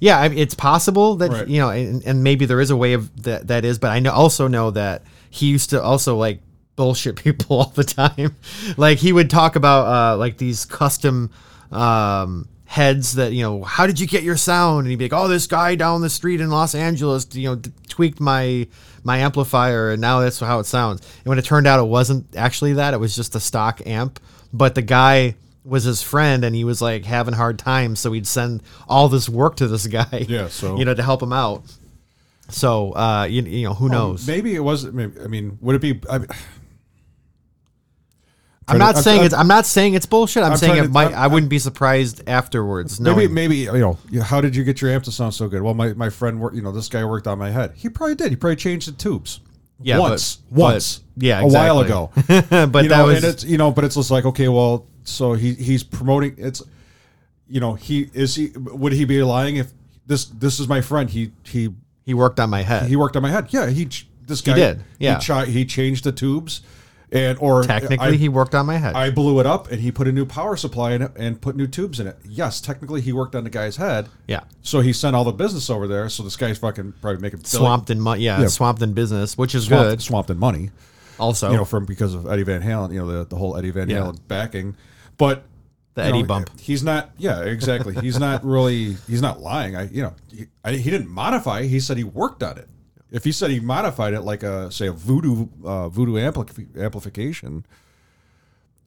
Speaker 1: yeah, I, it's possible that
Speaker 2: Right.
Speaker 1: you know, and, and maybe there is a way of that that is, but I know also know that he used to also like bullshit people all the time. like he would talk about uh, like these custom um, heads that you know, how did you get your sound? And he'd be like, oh, this guy down the street in Los Angeles, you know, d- tweaked my my amplifier, and now that's how it sounds. And when it turned out, it wasn't actually that; it was just a stock amp, but the guy was his friend and he was like having hard times so he'd send all this work to this guy
Speaker 2: Yeah, so-
Speaker 1: you know to help him out so uh you,
Speaker 2: Oh,
Speaker 1: you know who knows
Speaker 2: maybe it wasn't maybe, I mean would it be I mean,
Speaker 1: I'm
Speaker 2: trying
Speaker 1: not
Speaker 2: to- I'm-
Speaker 1: saying
Speaker 2: I'm-
Speaker 1: it's. I'm not saying it's bullshit. I'm,
Speaker 2: I'm
Speaker 1: saying
Speaker 2: trying
Speaker 1: it
Speaker 2: to-
Speaker 1: might.
Speaker 2: I'm-
Speaker 1: I wouldn't be surprised afterwards. No,
Speaker 2: Maybe, maybe you know. you- How did you get your amp to sound so good? Well, my, my friend, worked, you know, this guy worked on my head. He probably did. He probably changed the tubes.
Speaker 1: Yeah, but-
Speaker 2: once,
Speaker 1: but-
Speaker 2: once,
Speaker 1: yeah,
Speaker 2: a while ago.
Speaker 1: exactly. but
Speaker 2: you
Speaker 1: that
Speaker 2: know,
Speaker 1: was
Speaker 2: and it's you know, but it's just like okay, well, so he he's promoting it's, you know, he is he would he be lying if this this is my friend he he
Speaker 1: he worked on my head.
Speaker 2: he worked on my head yeah he ch- this guy
Speaker 1: did, yeah.
Speaker 2: he, chi- he changed the tubes and or
Speaker 1: Technically,
Speaker 2: I,
Speaker 1: he worked on my head.
Speaker 2: I blew it up and he put a new power supply in it and put new tubes in it yes technically he worked on the guy's head
Speaker 1: yeah,
Speaker 2: so he sent all the business over there so this guy's fucking probably making billion-
Speaker 1: swamped in money. Yeah,
Speaker 2: Yeah.
Speaker 1: swamped in business, which is
Speaker 2: swamped,
Speaker 1: good.
Speaker 2: swamped in money
Speaker 1: Also,
Speaker 2: you know, from because of Eddie Van Halen, you know, the, the whole Eddie Van
Speaker 1: Oh. Yeah.
Speaker 2: Halen backing. But
Speaker 1: The
Speaker 2: you
Speaker 1: Eddie
Speaker 2: know,
Speaker 1: bump.
Speaker 2: He's not. Yeah, exactly. He's not really. He's not lying. I, you know, he, I, he didn't modify. He said he worked on it. If he said he modified it, like a say a voodoo uh, voodoo ampli- amplification,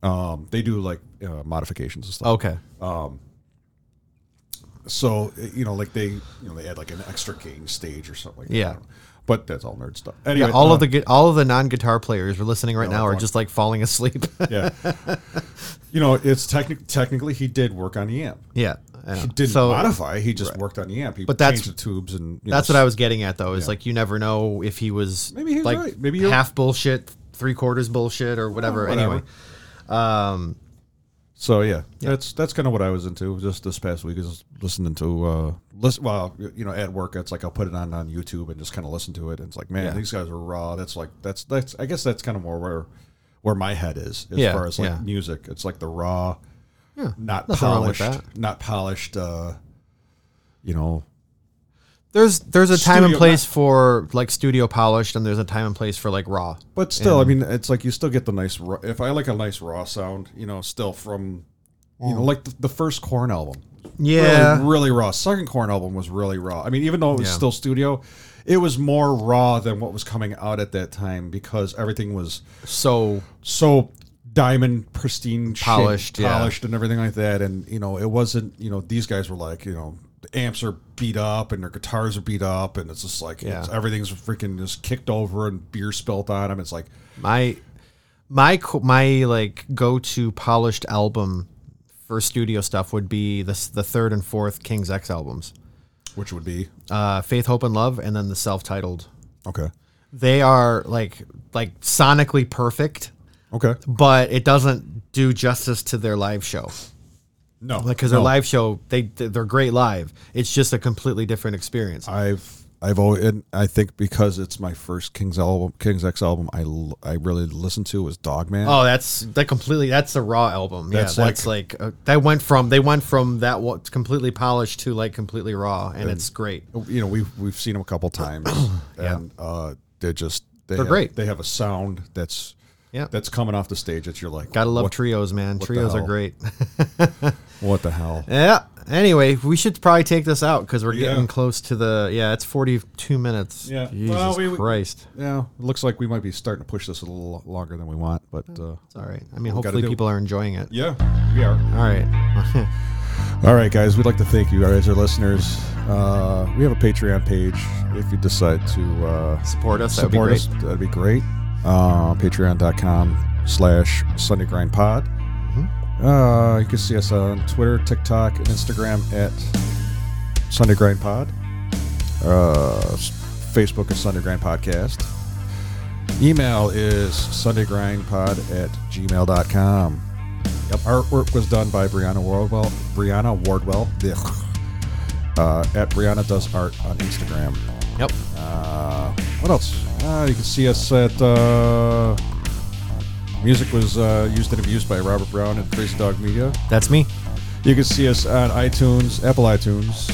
Speaker 2: um, they do like uh, modifications and stuff.
Speaker 1: okay. Oh.
Speaker 2: So you know, like they you know they had like an extra gain stage or something like that.
Speaker 1: Yeah.
Speaker 2: I don't know. But that's all nerd stuff. Anyway,
Speaker 1: Yeah, all
Speaker 2: uh,
Speaker 1: of the gu- all of the non guitar players who are listening right now are
Speaker 2: fuck.
Speaker 1: just like falling asleep.
Speaker 2: uh, yeah. You know, it's technic technically he did work on E the amp.
Speaker 1: yeah, I know.
Speaker 2: He didn't
Speaker 1: So,
Speaker 2: modify. He just worked on the amp. He
Speaker 1: But that's-
Speaker 2: changed the tubes and you know,
Speaker 1: That's what I was getting at, though. Is
Speaker 2: Yeah.
Speaker 1: like you never know if he was
Speaker 2: Maybe he was
Speaker 1: like
Speaker 2: right. Maybe you're-
Speaker 1: half bullshit, three quarters bullshit, or whatever.
Speaker 2: whatever.
Speaker 1: Anyway, um,
Speaker 2: So yeah, that's that's kind of what I was into just this past week is listening to uh listen well you know at work it's like I'll put it on on YouTube and just kind of listen to it and it's like man
Speaker 1: Yeah.
Speaker 2: these guys are raw. That's like that's that's I guess that's kind of more where where my head is as
Speaker 1: Yeah,
Speaker 2: far as like
Speaker 1: yeah.
Speaker 2: music. It's like the raw, not
Speaker 1: nothing wrong with
Speaker 2: polished, not polished. uh You know,
Speaker 1: there's there's a time and
Speaker 2: Studio-
Speaker 1: place for like studio polished, and there's a time and place for like raw.
Speaker 2: But still, I mean, it's like you still get the nice. Raw, if I like a nice raw sound, you know, still from, you know, like the, the first Corn album,
Speaker 1: Mm. Yeah,
Speaker 2: really, really raw. Second Corn album was really raw. I mean, even though it was
Speaker 1: Yeah.
Speaker 2: still studio, it was more raw than what was coming out at that time because everything was
Speaker 1: so
Speaker 2: so diamond pristine shape,
Speaker 1: Polished, yeah.
Speaker 2: polished and everything like that and you know it wasn't you know these guys were like you know the amps are beat up and their guitars are beat up and it's just like it's, everything's freaking just kicked over and beer spilt on them it's like
Speaker 1: my my co- my like go to polished album for studio stuff would be the s- the third and fourth King's X albums,
Speaker 2: which would be
Speaker 1: uh, Faith, Hope, and Love, and then the self titled.
Speaker 2: okay
Speaker 1: They are like like sonically perfect,
Speaker 2: okay
Speaker 1: but it doesn't do justice to their live show.
Speaker 2: no
Speaker 1: Like because
Speaker 2: no.
Speaker 1: their live show, they they're great live. It's just a completely different experience.
Speaker 2: i've i've always and i think because it's my first king's album king's x album i l- i really listened to was dogman
Speaker 1: Oh, that's that completely. That's a raw album.
Speaker 2: That's
Speaker 1: yeah,
Speaker 2: like-
Speaker 1: that's like uh, that went from they went from that what completely polished to like completely raw, and it's great.
Speaker 2: you know we've we've seen them a couple times and uh they're just they
Speaker 1: They're
Speaker 2: have,
Speaker 1: great.
Speaker 2: they have a sound that's
Speaker 1: Yeah.
Speaker 2: that's coming off the stage that you're like
Speaker 1: Gotta love
Speaker 2: what,
Speaker 1: trios, man.
Speaker 2: the
Speaker 1: Trios are
Speaker 2: hell?
Speaker 1: great.
Speaker 2: what the hell
Speaker 1: yeah. Anyway, we should probably take this out because we're
Speaker 2: Yeah.
Speaker 1: getting close to the. Yeah, it's forty-two minutes.
Speaker 2: Yeah.
Speaker 1: Jesus
Speaker 2: Well, we- we-
Speaker 1: Christ.
Speaker 2: yeah it looks like we might be starting to push this a little longer than we want but uh
Speaker 1: It's all right. I mean,
Speaker 2: we gotta
Speaker 1: hopefully
Speaker 2: do.
Speaker 1: people are enjoying it.
Speaker 2: yeah we are
Speaker 1: All right.
Speaker 2: All right, guys, we'd like to thank you guys, our listeners. Uh, we have a Patreon page. If you decide to uh,
Speaker 1: Support us, that'd be
Speaker 2: support
Speaker 1: great.
Speaker 2: us, that'd be great. Uh, Patreon.com slash Sunday Grind Pod.
Speaker 1: Mm-hmm.
Speaker 2: Uh, you can see us on Twitter, TikTok, and Instagram at Sunday Grind Pod. Uh, s- Facebook is Sunday Grind Podcast. Email is sundaygrindpod at gmail.com. Yep. Artwork was done by Brianna Wardwell. Brianna Wardwell. blech. Uh, at Brianna Does Art on Instagram.
Speaker 1: yep.
Speaker 2: Uh, what else? Uh, you can see us at. Uh, music was uh, used and abused by Robert Brown and Crazy Dog Media.
Speaker 1: That's me.
Speaker 2: You can see us on iTunes, Apple iTunes,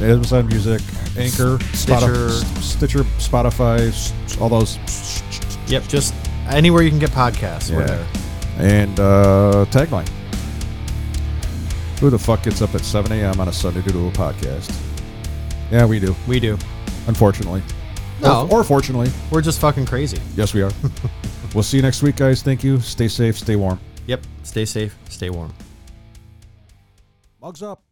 Speaker 2: Amazon Music, Anchor,
Speaker 1: Stitcher.
Speaker 2: Spotify, Stitcher, Spotify, s- all those.
Speaker 1: Yep. Just anywhere you can get podcasts. We're there.
Speaker 2: And uh, tagline. Who the fuck gets up at 7 a.m. on a Sunday to do a podcast? Yeah, we do,
Speaker 1: We do.
Speaker 2: unfortunately.
Speaker 1: No.
Speaker 2: Or, or fortunately.
Speaker 1: We're just fucking crazy.
Speaker 2: Yes, we are. we'll see you next week, guys. Thank you. Stay safe. Stay warm.
Speaker 1: Yep. Stay safe. Stay warm.
Speaker 2: Mugs up.